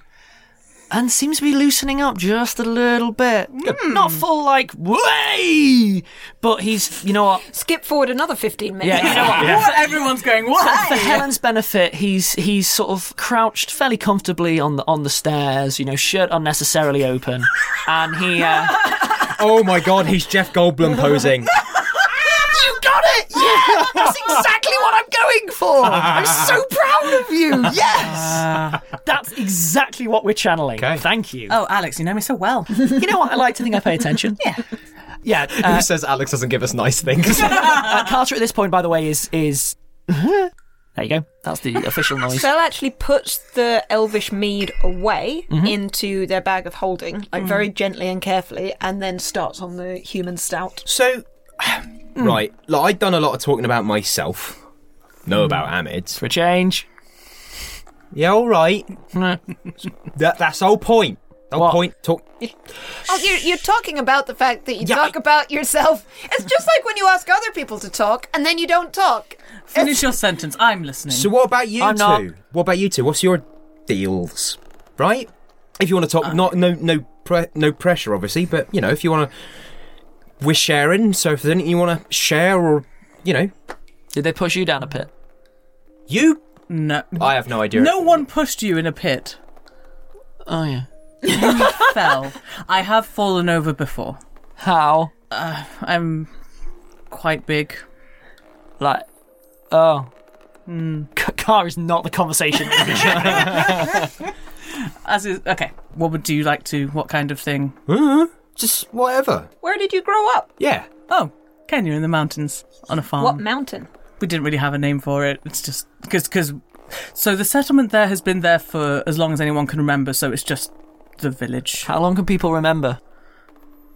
S1: and seems to be loosening up just a little bit. Not full, like, way! But he's, you know what?
S4: Skip forward another fifteen minutes.
S1: Yeah, you know what?
S5: What? Everyone's going,
S1: For
S5: what?
S1: Helen's benefit, he's he's sort of crouched fairly comfortably on the on the stairs, you know, shirt unnecessarily open, and he uh,
S2: Oh my God, he's Jeff Goldblum posing.
S1: You got it! Yeah! That's exactly what I'm going for! I'm so proud of you! Yes! Uh, That's exactly what we're channeling. Thank you.
S5: Oh, Alex, you know me so well.
S1: You know what? I like to think I pay attention. yeah. Yeah.
S2: Who
S1: Uh,
S2: says Alex doesn't give us nice things?
S1: uh, Carter at this point, by the way, is. is There you go. That's the official noise.
S4: Sel actually puts the elvish mead away into their bag of holding, like very gently and carefully, and then starts on the human stout.
S2: so,
S1: mm.
S2: right, look, I've done a lot of talking about myself. Know about Hamid's.
S1: Mm. For a change. Mm.
S2: Yeah, all right. That, that's the whole point. The whole
S1: What?
S2: point. Talk.
S4: Oh, you're, you're talking about the fact that you
S2: Yeah,
S4: talk
S2: I-
S4: about yourself. It's just like when you ask other people to talk and then you don't talk.
S5: Finish your sentence. I'm listening.
S2: So, what about you
S1: I'm
S2: two?
S1: not-
S2: What about you two? What's your deals? Right? If you want to
S1: Uh.
S2: talk, not no no pre- no pressure, obviously, but you know, if you want to, we're sharing. So, if there's anything you want to share, or you know,
S1: Did they push you down a pit?
S2: you,
S5: no,
S2: I have no idea.
S5: no one pushed you in a pit.
S1: Oh, yeah.
S5: Fell. I have fallen over before. Uh,
S1: How?
S5: I'm quite big.
S1: Like. Oh.
S5: Hmm.
S1: C- car is not the conversation.
S5: As is, okay. What would you like to? What kind of thing?
S2: Huh? Just whatever.
S4: Where did you grow up?
S2: Yeah.
S5: Oh, Kenya in the mountains on a farm.
S4: What mountain?
S5: we didn't really have a name for it. It's just because because so the settlement there has been there for as long as anyone can remember. So it's just the village.
S1: How long can people remember?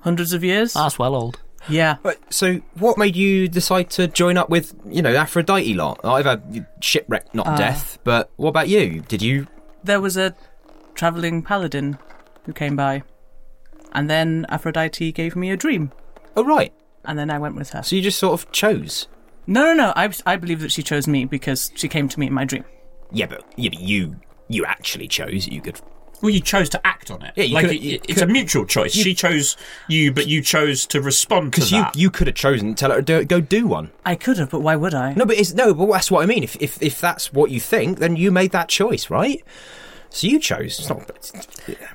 S5: Hundreds of years.
S1: That's well old.
S5: Yeah.
S2: so, what made you decide to join up with, you know, Aphrodite lot? I've had shipwreck, not
S1: Uh.
S5: Ah.
S2: death, but what about you? Did you.
S5: There was a travelling paladin who came by, and then Aphrodite gave me a dream.
S2: Oh, right.
S5: And then I went with her.
S2: So, you just sort of chose?
S5: No, no, no. I, I believe that she chose me because she came to me in my dream.
S2: Yeah, but, yeah, but you you actually chose. You could.
S3: Well, you chose to act on it.
S2: Yeah, you
S3: like
S2: could-
S3: it-
S2: you
S3: it's a
S2: could-
S3: mutual choice.
S2: you-
S3: she chose you, but you chose to respond to
S2: Because you,
S3: that.
S2: you could have chosen to tell her to do, go do one.
S5: I could have, but why would I?
S2: No, but it's, no, but that's what I mean. If, if if that's what you think, then you made that choice, right? So you chose. It's not.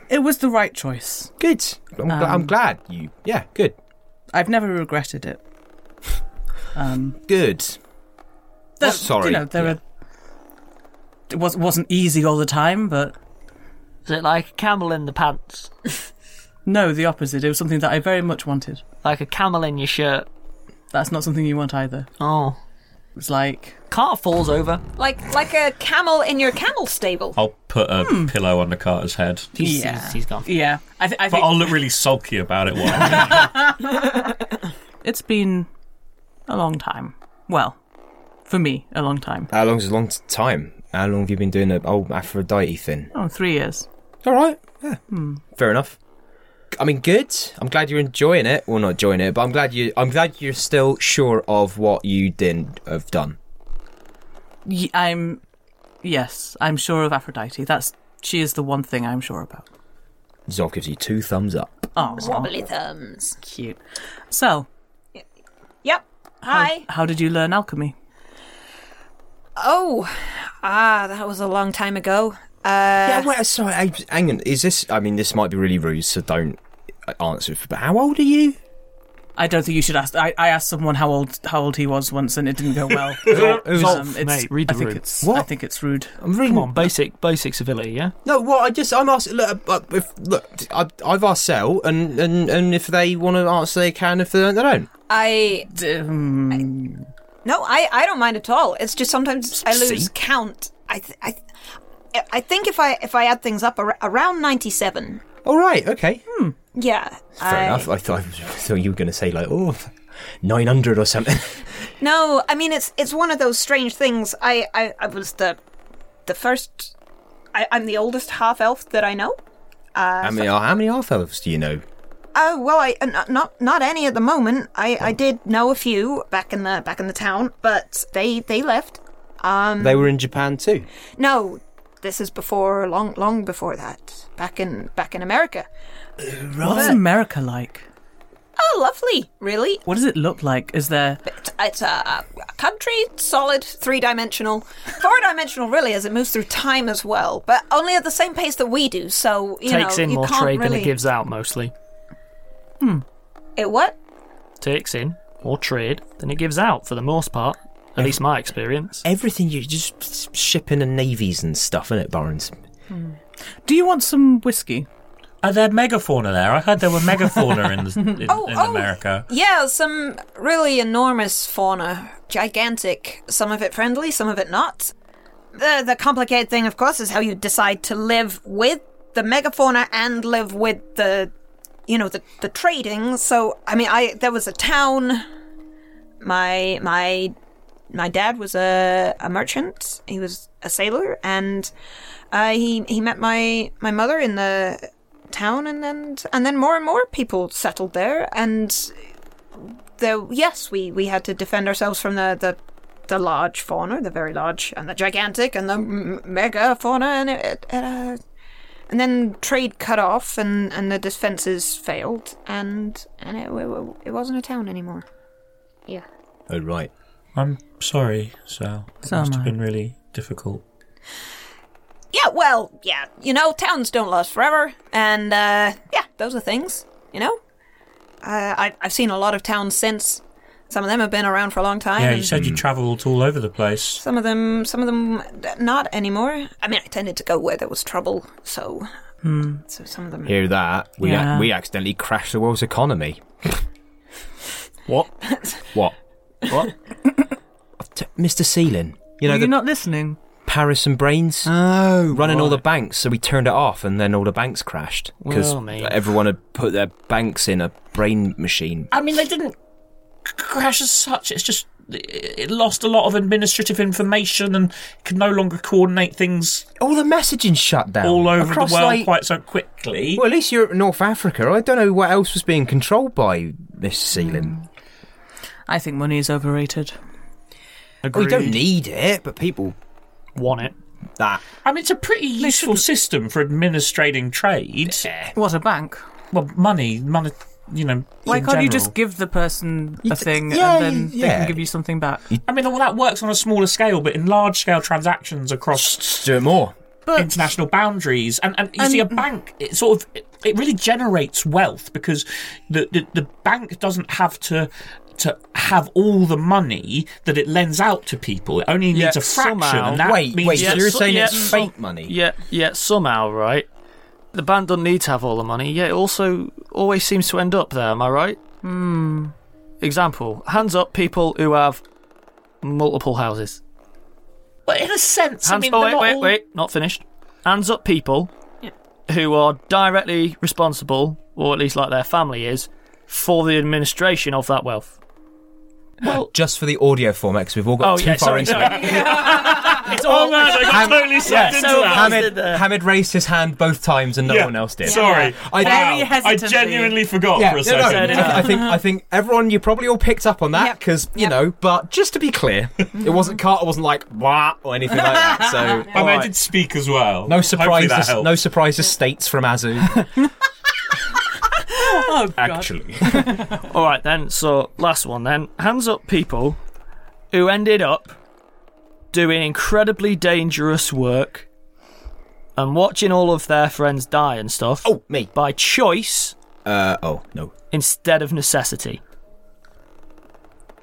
S5: It was the right choice.
S2: Good. I'm, gl- I'm
S5: Um,
S2: glad you. Yeah, good.
S5: I've never regretted it. Um,
S2: good.
S5: there-
S2: Sorry.
S5: You know, there are. It was, wasn't easy all the time, but.
S1: Is it like a camel in the pants?
S5: no, the opposite. It was something that I very much wanted.
S1: Like a camel in your shirt.
S5: That's not something you want either.
S1: Oh.
S5: It's like.
S1: Cart falls over.
S4: Like like a camel in your camel stable.
S2: Oh.
S12: I'll put a
S4: Hmm.
S12: pillow under Carter's head.
S4: He's- Yeah. he's-
S1: gone.
S5: Yeah. I, th- I
S12: But
S5: think.
S12: I'll look really sulky about it while
S5: it's been a long time. Well, for me, a long time.
S2: How long's a long t- time? How long have you been doing the old Aphrodite thing?
S5: Oh, three years.
S2: All right. Yeah.
S5: Hmm.
S2: Fair enough. I mean, good. I'm glad you're enjoying it. Well, not enjoying it, but I'm glad you. I'm glad you're still sure of what you didn't have done.
S5: Y- I'm. Yes, I'm sure of Aphrodite. That's. She is the one thing I'm sure about.
S2: Zog gives you two thumbs up.
S5: Oh.
S4: Wobbly thumbs.
S5: Cute. So,
S4: Yep. Hi.
S5: how did you learn alchemy?
S4: Oh, ah, that was a long time ago. Uh,
S2: yeah. Wait. Sorry. I, hang on. Is this? I mean, this might be really rude, so don't answer. it, But how old are you?
S5: I don't think you should ask. I, I asked someone how old how old he was once, and it didn't go well. Um,
S1: Zolf,
S5: it's-
S1: mate, read the
S5: I think
S1: room.
S5: it's. I think it's rude.
S2: I'm reading.
S1: Come on, basic basic civility, yeah.
S2: No, well, I just I'm asking. Look, uh, if, look I, I've asked Sel, and, and, and if they want to answer, they can. If they don't, they don't.
S4: I
S1: Hmm.
S5: Um,
S4: no, I I don't mind at all. It's just sometimes I lose
S2: See?
S4: count. I th- I th- I think if I if I add things up ar- around ninety seven.
S2: All right, okay.
S4: Yeah.
S2: Fair
S4: I-
S2: enough. I thought, I thought you were going to say like, oh, 900 or something.
S4: No, I mean it's it's one of those strange things. I I, I was the the first. I, I'm the oldest half elf that I know. Uh,
S2: how many how many half elves do you know?
S4: Oh well, I uh, n- not not any at the moment. I, I did know a few back in the back in the town, but they they left. Um,
S2: They were in Japan too.
S4: no, this is before long long before that. Back in back in America.
S5: what's America like?
S4: Oh, lovely, really.
S5: What does it look like? Is there?
S4: It's, it's a, a country, solid, three dimensional, four dimensional, really, as it moves through time as well, but only at the same pace that we do. So you
S1: Takes
S4: know,
S1: in
S4: you
S1: more
S4: can't
S1: trade
S4: really...
S1: than it gives out mostly.
S4: It what?
S1: Takes in more trade than it gives out for the most part. At least my experience.
S2: Everything you just shipping and navies and stuff, isn't it, Barons?
S3: Hmm.
S5: Do you want some whiskey?
S12: Are there megafauna there? I heard there were megafauna in, in,
S4: Oh,
S12: in
S5: Oh,
S12: America.
S4: Yeah, some really enormous fauna. Gigantic. Some of it friendly, some of it not. The, the complicated thing, of course, is how you decide to live with the megafauna and live with the, you know, the, the trading. So, I mean, I there was a town. My my my dad was a, a merchant. He was a sailor, and uh, he he met my my mother in the town, and then and then more and more people settled there. And the yes, we we had to defend ourselves from the the, the large fauna, the very large and the gigantic and the m- mega fauna, and it, it, it, uh, and then trade cut off, and and the defenses failed, and and it it, it wasn't a town anymore. Yeah.
S2: Oh right.
S12: I'm sorry, Sal. It
S5: So
S12: must
S5: am
S12: have
S5: I.
S12: been really difficult.
S4: Yeah, well, yeah, you know, towns don't last forever, and uh, yeah, those are things, you know. Uh, I, I've seen a lot of towns since. Some of them have been around for a long time.
S12: yeah, you
S4: and
S12: said you
S2: Hmm.
S12: travelled all over the place.
S4: Some of them, some of them, d- not anymore. I mean, I tended to go where there was trouble, so
S2: Hmm.
S4: so some of them.
S2: Hear that? We ac-
S4: Yeah.
S2: we accidentally crashed the world's economy.
S1: what?
S2: What?
S1: What?
S2: T- Mr. Seelin, you know
S5: Were
S2: the
S5: you not listening?
S2: Harris and Brains
S1: oh,
S2: running all the banks, so we turned it off, and then all the banks crashed because
S1: Well, mate.
S2: everyone had put their banks in a brain machine.
S3: I mean, they didn't c- crash as such. It's just it it lost a lot of administrative information and could no longer coordinate things.
S2: All the messaging shut down
S3: all over
S2: Across,
S3: the world
S2: like-
S3: quite so quickly.
S2: Well, at least you're at North Africa. I don't know what else was being controlled by this ceiling.
S5: I think money is overrated.
S3: Hmm.
S2: We don't need it, but people
S1: want it.
S2: That
S3: I mean, it's a pretty useful system for administrating trade.
S5: What a bank!
S3: Well, money, money. You know,
S5: Why
S3: in
S5: can't you just
S3: general.
S5: give the person a thing
S3: yeah,
S5: and then
S3: you-
S5: they
S3: yeah.
S5: can give you something back?
S3: I mean, well, that works on a smaller scale, but in large scale transactions across
S2: do it more
S3: international boundaries, and and you see, a bank it sort of it, it really generates wealth because the, the the bank doesn't have to to have all the money that it lends out to people. It only needs a fraction, and that means that-
S2: money?
S1: Yeah, yeah. Somehow, right? The band doesn't need to have all the money. Yet it also always seems to end up there. Am I right?
S5: Hmm.
S1: Example: hands up, people who have multiple houses.
S3: But in a sense, I
S1: Hands,
S3: mean,
S1: oh,
S3: they're
S1: wait,
S3: not
S1: wait,
S3: all-
S1: wait, not finished. Hands up, people who are directly responsible, or at least like their family is, for the administration of that wealth.
S2: just for the audio format, because we've all got
S1: Oh,
S2: too
S1: yeah,
S2: far
S1: sorry,
S2: into
S1: sorry.
S2: it.
S1: It's
S5: Oh,
S1: all- Ham- yeah, so
S2: Hamid, Hamid raised his hand both times, and no
S12: Yeah,
S2: one else did.
S12: sorry. Very Wow, I hesitantly. genuinely forgot
S2: Yeah,
S12: for a
S2: no, no,
S12: second.
S2: I, I think I think everyone you probably all picked up on that because you know. But just to be clear, it wasn't Carter wasn't like wah or anything like that. So
S12: And I did speak as well. Hopefully
S2: No
S12: that
S2: surprises.
S12: helped.
S2: No surprises. States from Azu.
S5: Oh, God.
S1: all right then. So last one then. Hands up, people who ended up doing incredibly dangerous work and watching all of their friends die and stuff.
S2: Oh, me
S1: by choice.
S2: Uh oh, no.
S1: Instead of necessity.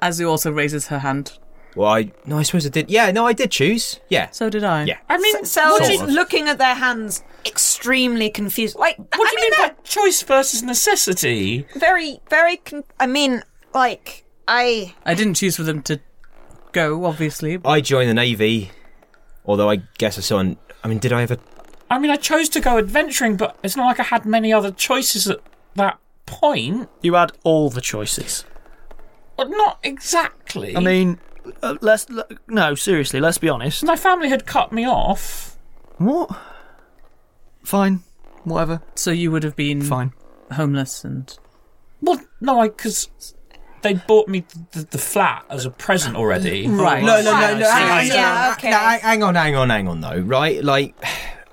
S5: Azu also raises her hand.
S2: well, I no, I suppose I did. Yeah, no, I did choose. Yeah.
S5: So did I.
S2: Yeah.
S4: I mean,
S2: sort
S4: Sel's
S2: of.
S4: looking at their hands, extremely confused. Like, what
S3: do you mean by choice versus necessity?
S4: Very, very. Con- I mean, like, I.
S5: I didn't choose for them to go, obviously.
S2: I joined the navy, although I guess I saw. An, I mean, did I ever?
S3: I mean, I chose to go adventuring, but it's not like I had many other choices at that point.
S1: You had all the choices.
S3: Well, not exactly.
S2: Eh.
S1: I mean, uh, let's l- no seriously. Let's be honest.
S3: my family had cut me off.
S1: What? Fine, whatever.
S5: So you would have been
S1: fine,
S5: homeless and
S3: Well, no, I because they bought me the, the flat as a present already.
S5: Mm,
S2: Oh, No, no, no, no. Hang on,
S4: Yeah,
S2: no,
S4: okay.
S2: no, hang- hang on, hang on, hang on. Though, right? Like,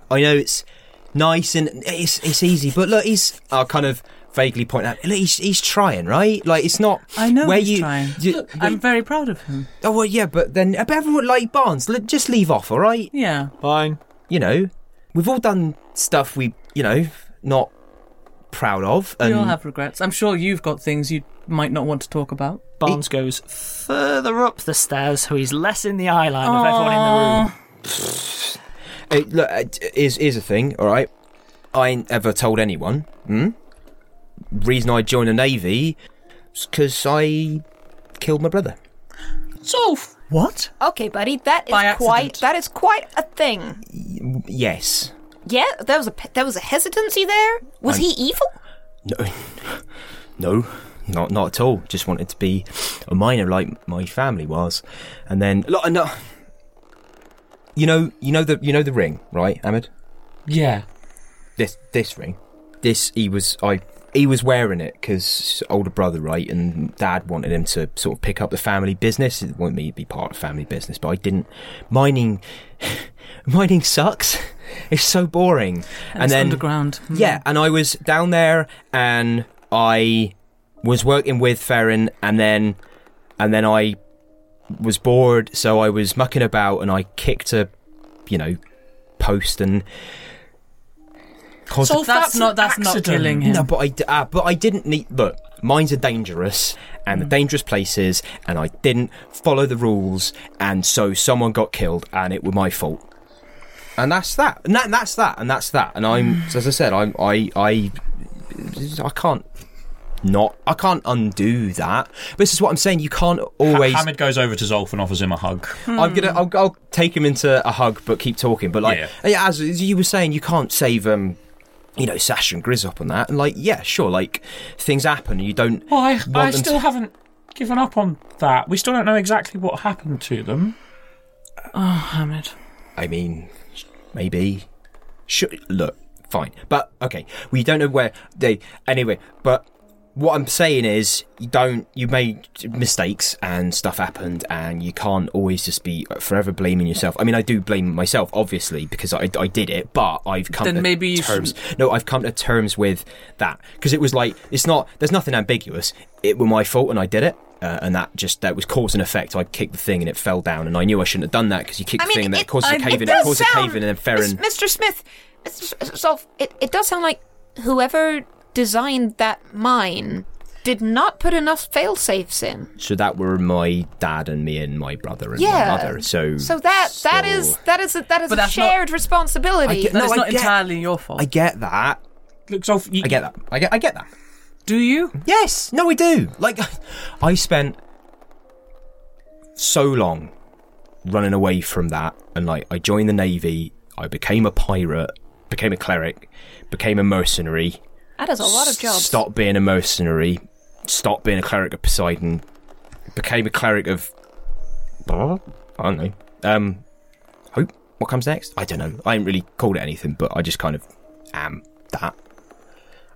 S2: I know it's nice and it's it's easy, but look, he's. I'll kind of vaguely point out. Look, he's he's trying, right? Like, it's not.
S5: I know
S2: where
S5: he's
S2: you,
S5: trying.
S2: you-
S5: I'm very proud of him.
S2: Oh well, yeah, but then but everyone like Barnes, le- just leave off, all right?
S5: Yeah.
S1: Fine.
S2: You know, we've all done stuff we, you know, not proud of. And
S5: we all have regrets. I'm sure you've got things you might not want to talk about.
S1: Barnes goes further up the stairs, so he's less in the eye line of everyone in the room.
S2: Hey, look, uh, is is a thing, all right? I ain't ever told anyone. Hmm? Reason I joined the navy is because I killed my brother.
S3: So
S5: What?
S4: Okay, buddy, that is
S5: By accident.
S4: quite. That is quite a thing.
S2: Yes.
S4: Yeah, there was a pe- there was a hesitancy there. Was
S2: I'm-
S4: he evil?
S2: No. No. Not not at all. Just wanted to be a minor like my family was, and then look, and, uh, you know, you know the you know the ring, right, Ahmed?
S3: yeah,
S2: this this ring this he was i he was wearing it because older brother right and dad wanted him to sort of pick up the family business it wanted me to be part of family business but i didn't mining mining sucks it's so boring
S5: And, it's underground. Mm.
S2: yeah, and I was down there and I was working with Farron and then and then I was bored, so I was mucking about and I kicked a you know post and
S3: So that's
S5: that's
S3: an
S5: not that's not
S3: accident.
S5: killing him.
S2: no, but I d- uh, but I didn't need look. Mines are dangerous
S12: Mm.
S2: and the dangerous places, and I didn't follow the rules, and so someone got killed, and it was my fault. And that's that. And that, that's that. And that's that. And I'm, as I said, I'm, I, I, I can't not. I can't undo that. But this is what I'm saying. You can't always.
S12: Hamid goes over to Zolf and offers him a hug. Hmm.
S2: I'm gonna. I'll, I'll take him into a hug, but keep talking. But like, yeah, as, as you were saying, you can't save um, you know, Sash and Grizz up on that. And like, yeah, sure, like things happen. and You don't.
S3: Well, I,
S2: want
S3: I
S2: them
S3: still
S2: to-
S3: haven't given up on that. We still don't know exactly what happened to them.
S5: Oh, Hamid.
S2: I mean, maybe. Should look fine, but okay. We don't know where they. Anyway, but what I'm saying is, you don't. You made mistakes and stuff happened, and you can't always just be forever blaming yourself. I mean, I do blame myself, obviously, because I, I did it, but I've come
S5: Then
S2: to
S5: maybe you
S2: terms.
S5: shouldn't-
S2: No, I've come to terms with that because it was like it's not. There's nothing ambiguous. It were my fault, and I did it. Uh, and that just that was cause and effect. I kicked the thing and it fell down, and I knew I shouldn't have done that because you kicked
S4: I
S2: the
S4: mean,
S2: thing and then
S4: it,
S2: it causes
S4: I-
S2: a cave in,
S4: it
S2: it
S4: does
S2: causes a cave
S4: sound-
S2: in, and then
S4: Mis-
S2: Ferron.
S4: Mr. Smith, it's- it's- so it, it does sound like whoever designed that mine did not put enough fail safes in.
S2: So that were my dad and me and my brother and
S4: yeah.
S2: my mother. So
S4: so that that is that is a, that is
S5: But
S4: a
S5: that's not-
S4: shared
S2: I
S4: responsibility.
S2: get- no, I get-
S5: your fault.
S2: I get that.
S3: Look, so
S2: I get that. I get. I get that.
S5: Do you?
S2: Yes. No, I do. Like, I spent so long running away from that, and like, I joined the navy. I became a pirate. Became a cleric. Became a mercenary.
S4: That is a lot of jobs.
S2: Stop being a mercenary. Stop being a cleric of Poseidon. Became a cleric of. I don't know. Um, hope. What comes next? I don't know. I ain't really called it anything, but I just kind of am that.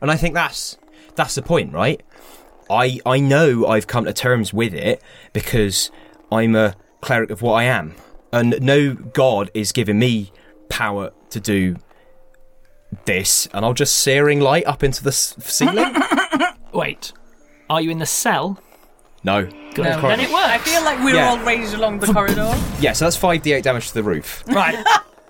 S2: And I think that's that's the point, right? I I know I've come to terms with it because I'm a cleric of what I am, and no god is giving me power to do this, and I'll just searing light up into the s- ceiling.
S1: Wait, are you in the cell?
S2: no,
S1: Good.
S2: Corridor.
S5: Then it works. I feel like we were
S2: Yeah.
S5: all raised along the corridor.
S2: Yeah, so that's five d8 damage to the roof.
S1: Right.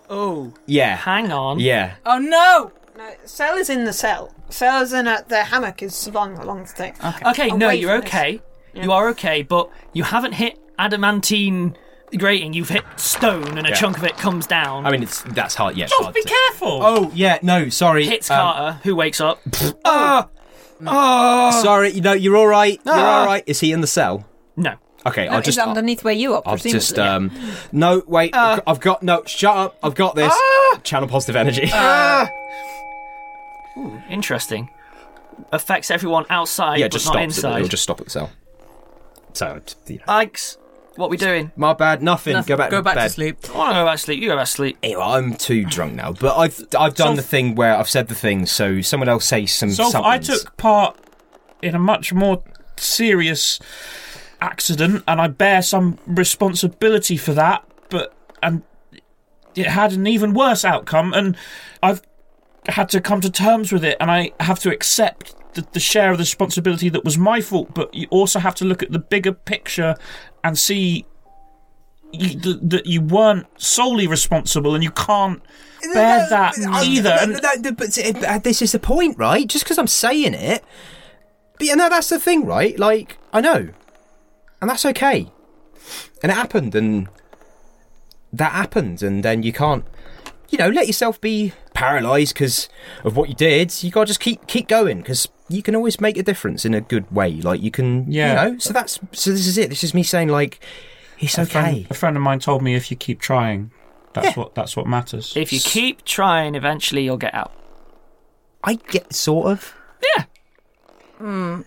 S5: oh.
S2: Yeah.
S1: Hang on.
S2: Yeah.
S5: Oh no!
S4: No, cell is in the cell. Cell is in a, the hammock is long, long thing.
S1: Okay, no, you're okay. You are okay, but you haven't hit adamantine grating. You've hit stone, and a
S2: Yeah.
S1: chunk of it comes down. Oh,
S2: I mean, it's that's hard. Yeah. it's hard to-
S1: careful!
S2: Oh yeah, no, sorry.
S1: Hits
S2: Um,
S1: Carter, who wakes up.
S2: Ah. Ah. Sorry, you know you're all right. You're
S4: Ah.
S2: all right. Is he in the cell?
S1: No.
S2: Okay, I'll just.
S4: he's underneath where you are.
S2: I've
S4: presumably.
S2: just um no wait
S1: Ah.
S2: I've got no shut up I've got this channel positive energy Ah!
S1: Ooh, Ah! interesting. Affects everyone outside,
S2: yeah
S1: but
S2: just
S1: not
S2: stop
S1: inside.
S2: it'll just stop at the cell so yeah.
S1: Ikes, what we doing?
S2: my bad nothing
S1: Nothing.
S2: go back
S1: Go back to
S2: bed.
S1: sleep. I want to go back to sleep you go back to sleep
S2: anyway I'm too drunk now but I've I've done
S3: Zolf-
S2: the thing where I've said the thing so someone else say some
S3: So
S2: somethings.
S3: I took part in a much more serious accident, and I bear some responsibility for that. But and it had an even worse outcome, and I've had to come to terms with it, and I have to accept the, the share of the responsibility that was my fault. But you also have to look at the bigger picture and see. You, th- that you weren't solely responsible, and you can't bear that either.
S2: No,
S3: And-
S2: no, no, but it- but this is the point, right? Just because I'm saying it, but you know that's the thing, right? Like I know, and that's okay, and it happened, and that happened, and then you can't, you know, let yourself be paralysed because of what you did. You gotta just keep keep going because you can always make a difference in a good way. Like you can,
S3: Yeah.
S2: you know. So that's so this is it. This is me saying like it's
S3: A friend-
S2: okay.
S3: a friend of mine told me if you keep trying, that's what that's what matters.
S1: If you keep trying, eventually you'll get out.
S2: I get sort of.
S4: Hmm.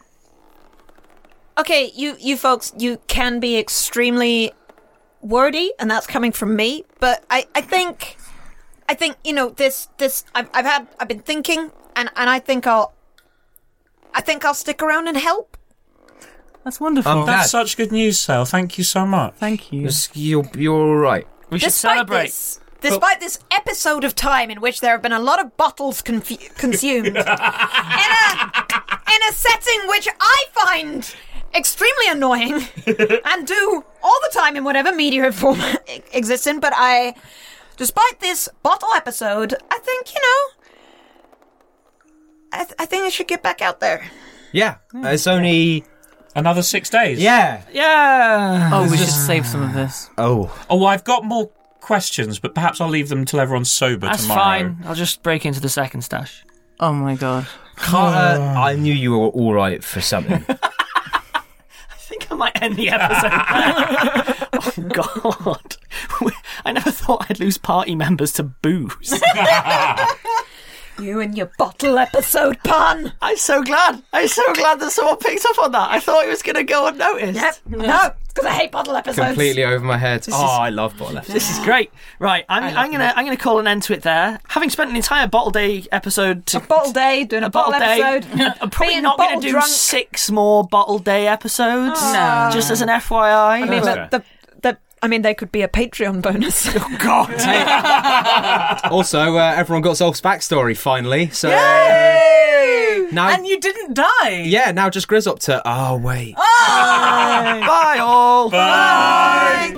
S4: Okay, you you folks, you can be extremely wordy, and that's coming from me. But I I think I think you know this this I've I've had I've been thinking, and and I think I'll I think I'll stick around and help.
S5: That's wonderful.
S3: that's such good news, Sal. Thank you so much.
S5: Thank you.
S2: You're you're all right.
S1: We should
S4: Despite
S1: celebrate.
S4: This, despite this episode of time in which there have been a lot of bottles confu- consumed in a in a setting which I find extremely annoying and do all the time in whatever media form e- exists in, but I despite this bottle episode, I think, you know, I, th- I think I should get back out there.
S2: Yeah, it's only
S3: another six days.
S2: Yeah.
S1: Yeah.
S5: Oh, we should save some of this.
S2: Oh.
S3: Oh, I've got more questions, but perhaps I'll leave them till everyone's sober
S1: That's
S3: tomorrow.
S1: fine. I'll just break into the second stash.
S5: Oh my god.
S2: Carter, Uh, I knew you were all right for something.
S1: I might end the episode. oh God! I never thought I'd lose party members to booze.
S4: You and your bottle episode pun.
S1: I'm so glad. I'm so glad that someone picked up on that. I thought it was going to go unnoticed. Yep.
S4: No, because I hate bottle episodes.
S2: Completely over my head.
S1: This
S2: oh,
S1: is-
S2: I love bottle episodes.
S1: This is great. Right, I'm,
S2: I love
S1: I'm gonna
S2: that.
S1: I'm gonna call an end to it there. Having spent an entire bottle day episode, to, a
S4: bottle day doing a, bottle
S1: day,
S4: episode,
S1: I'm probably
S4: being
S1: not
S4: bottle
S1: gonna do
S4: drunk.
S1: six more bottle day episodes.
S4: No.
S1: just as an FYI.
S4: I mean, the, the, the, I mean, they could be a Patreon bonus. oh
S1: God!
S2: also, uh, everyone got Zolf's backstory finally. So uh, now,
S5: and you didn't die.
S2: yeah, now just Grizz up to. Oh wait.
S5: Bye.
S1: Bye all.
S5: Bye.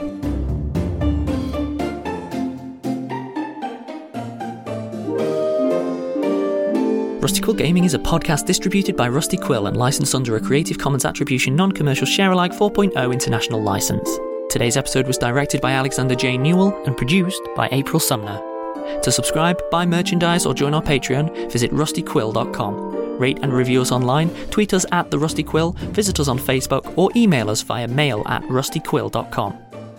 S1: Rusty Quill Gaming is a podcast distributed by Rusty Quill and licensed under a Creative Commons Attribution Non Commercial Sharealike 4.0 international license. Today's episode was directed by Alexander J. Newell and produced by April Sumner. To subscribe, buy merchandise, or join our Patreon, visit rustyquill.com. Rate and review us online, tweet us at The Rusty Quill, visit us on Facebook, or email us via mail at rustyquill.com.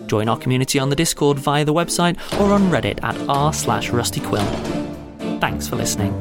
S1: Join our community on the Discord via the website or on Reddit at r slash rustyquill. Thanks for listening.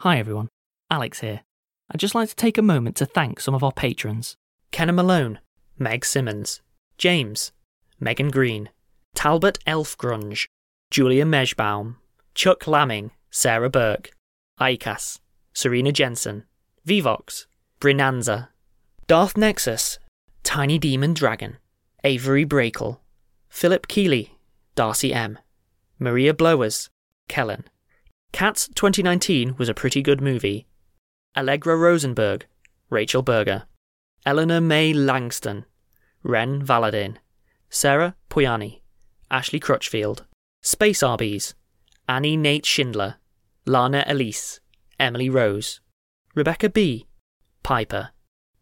S1: Hi everyone, Alex here. I'd just like to take a moment to thank some of our patrons Kenna Malone, Meg Simmons, James, Megan Green, Talbot Elfgrunge, Julia Meshbaum, Chuck Lamming, Sarah Burke, ICAS, Serena Jensen, Vivox, Brinanza, Darth Nexus, Tiny Demon Dragon, Avery Brakel, Philip Keeley, Darcy M, Maria Blowers, Kellen, Cats 2019 was a pretty good movie. Allegra Rosenberg, Rachel Berger, Eleanor May Langston, Ren Valadin, Sarah Poyani, Ashley Crutchfield, Space Arby's, Annie Nate Schindler, Lana Elise, Emily Rose, Rebecca B, Piper,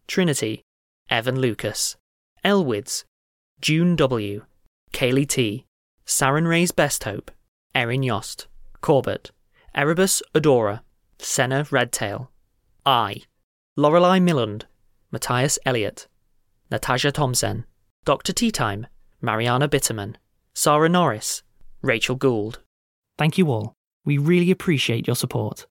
S1: Trinity, Evan Lucas, Elwids, June W, Kaylee T, Saren Ray's Best Hope, Erin Yost, Corbett, Erebus Adora, Senna Redtail, I, Lorelei Milland, Matthias Elliott, Natasha Thompson, Dr. Tea Time, Mariana Bitterman, Sarah Norris, Rachel Gould. Thank you all. We really appreciate your support.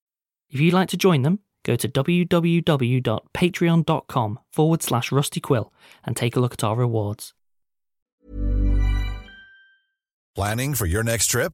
S1: If you'd like to join them, go to www.patreon.com forward slash rustyquill and take a look at our rewards.
S11: Planning for your next trip?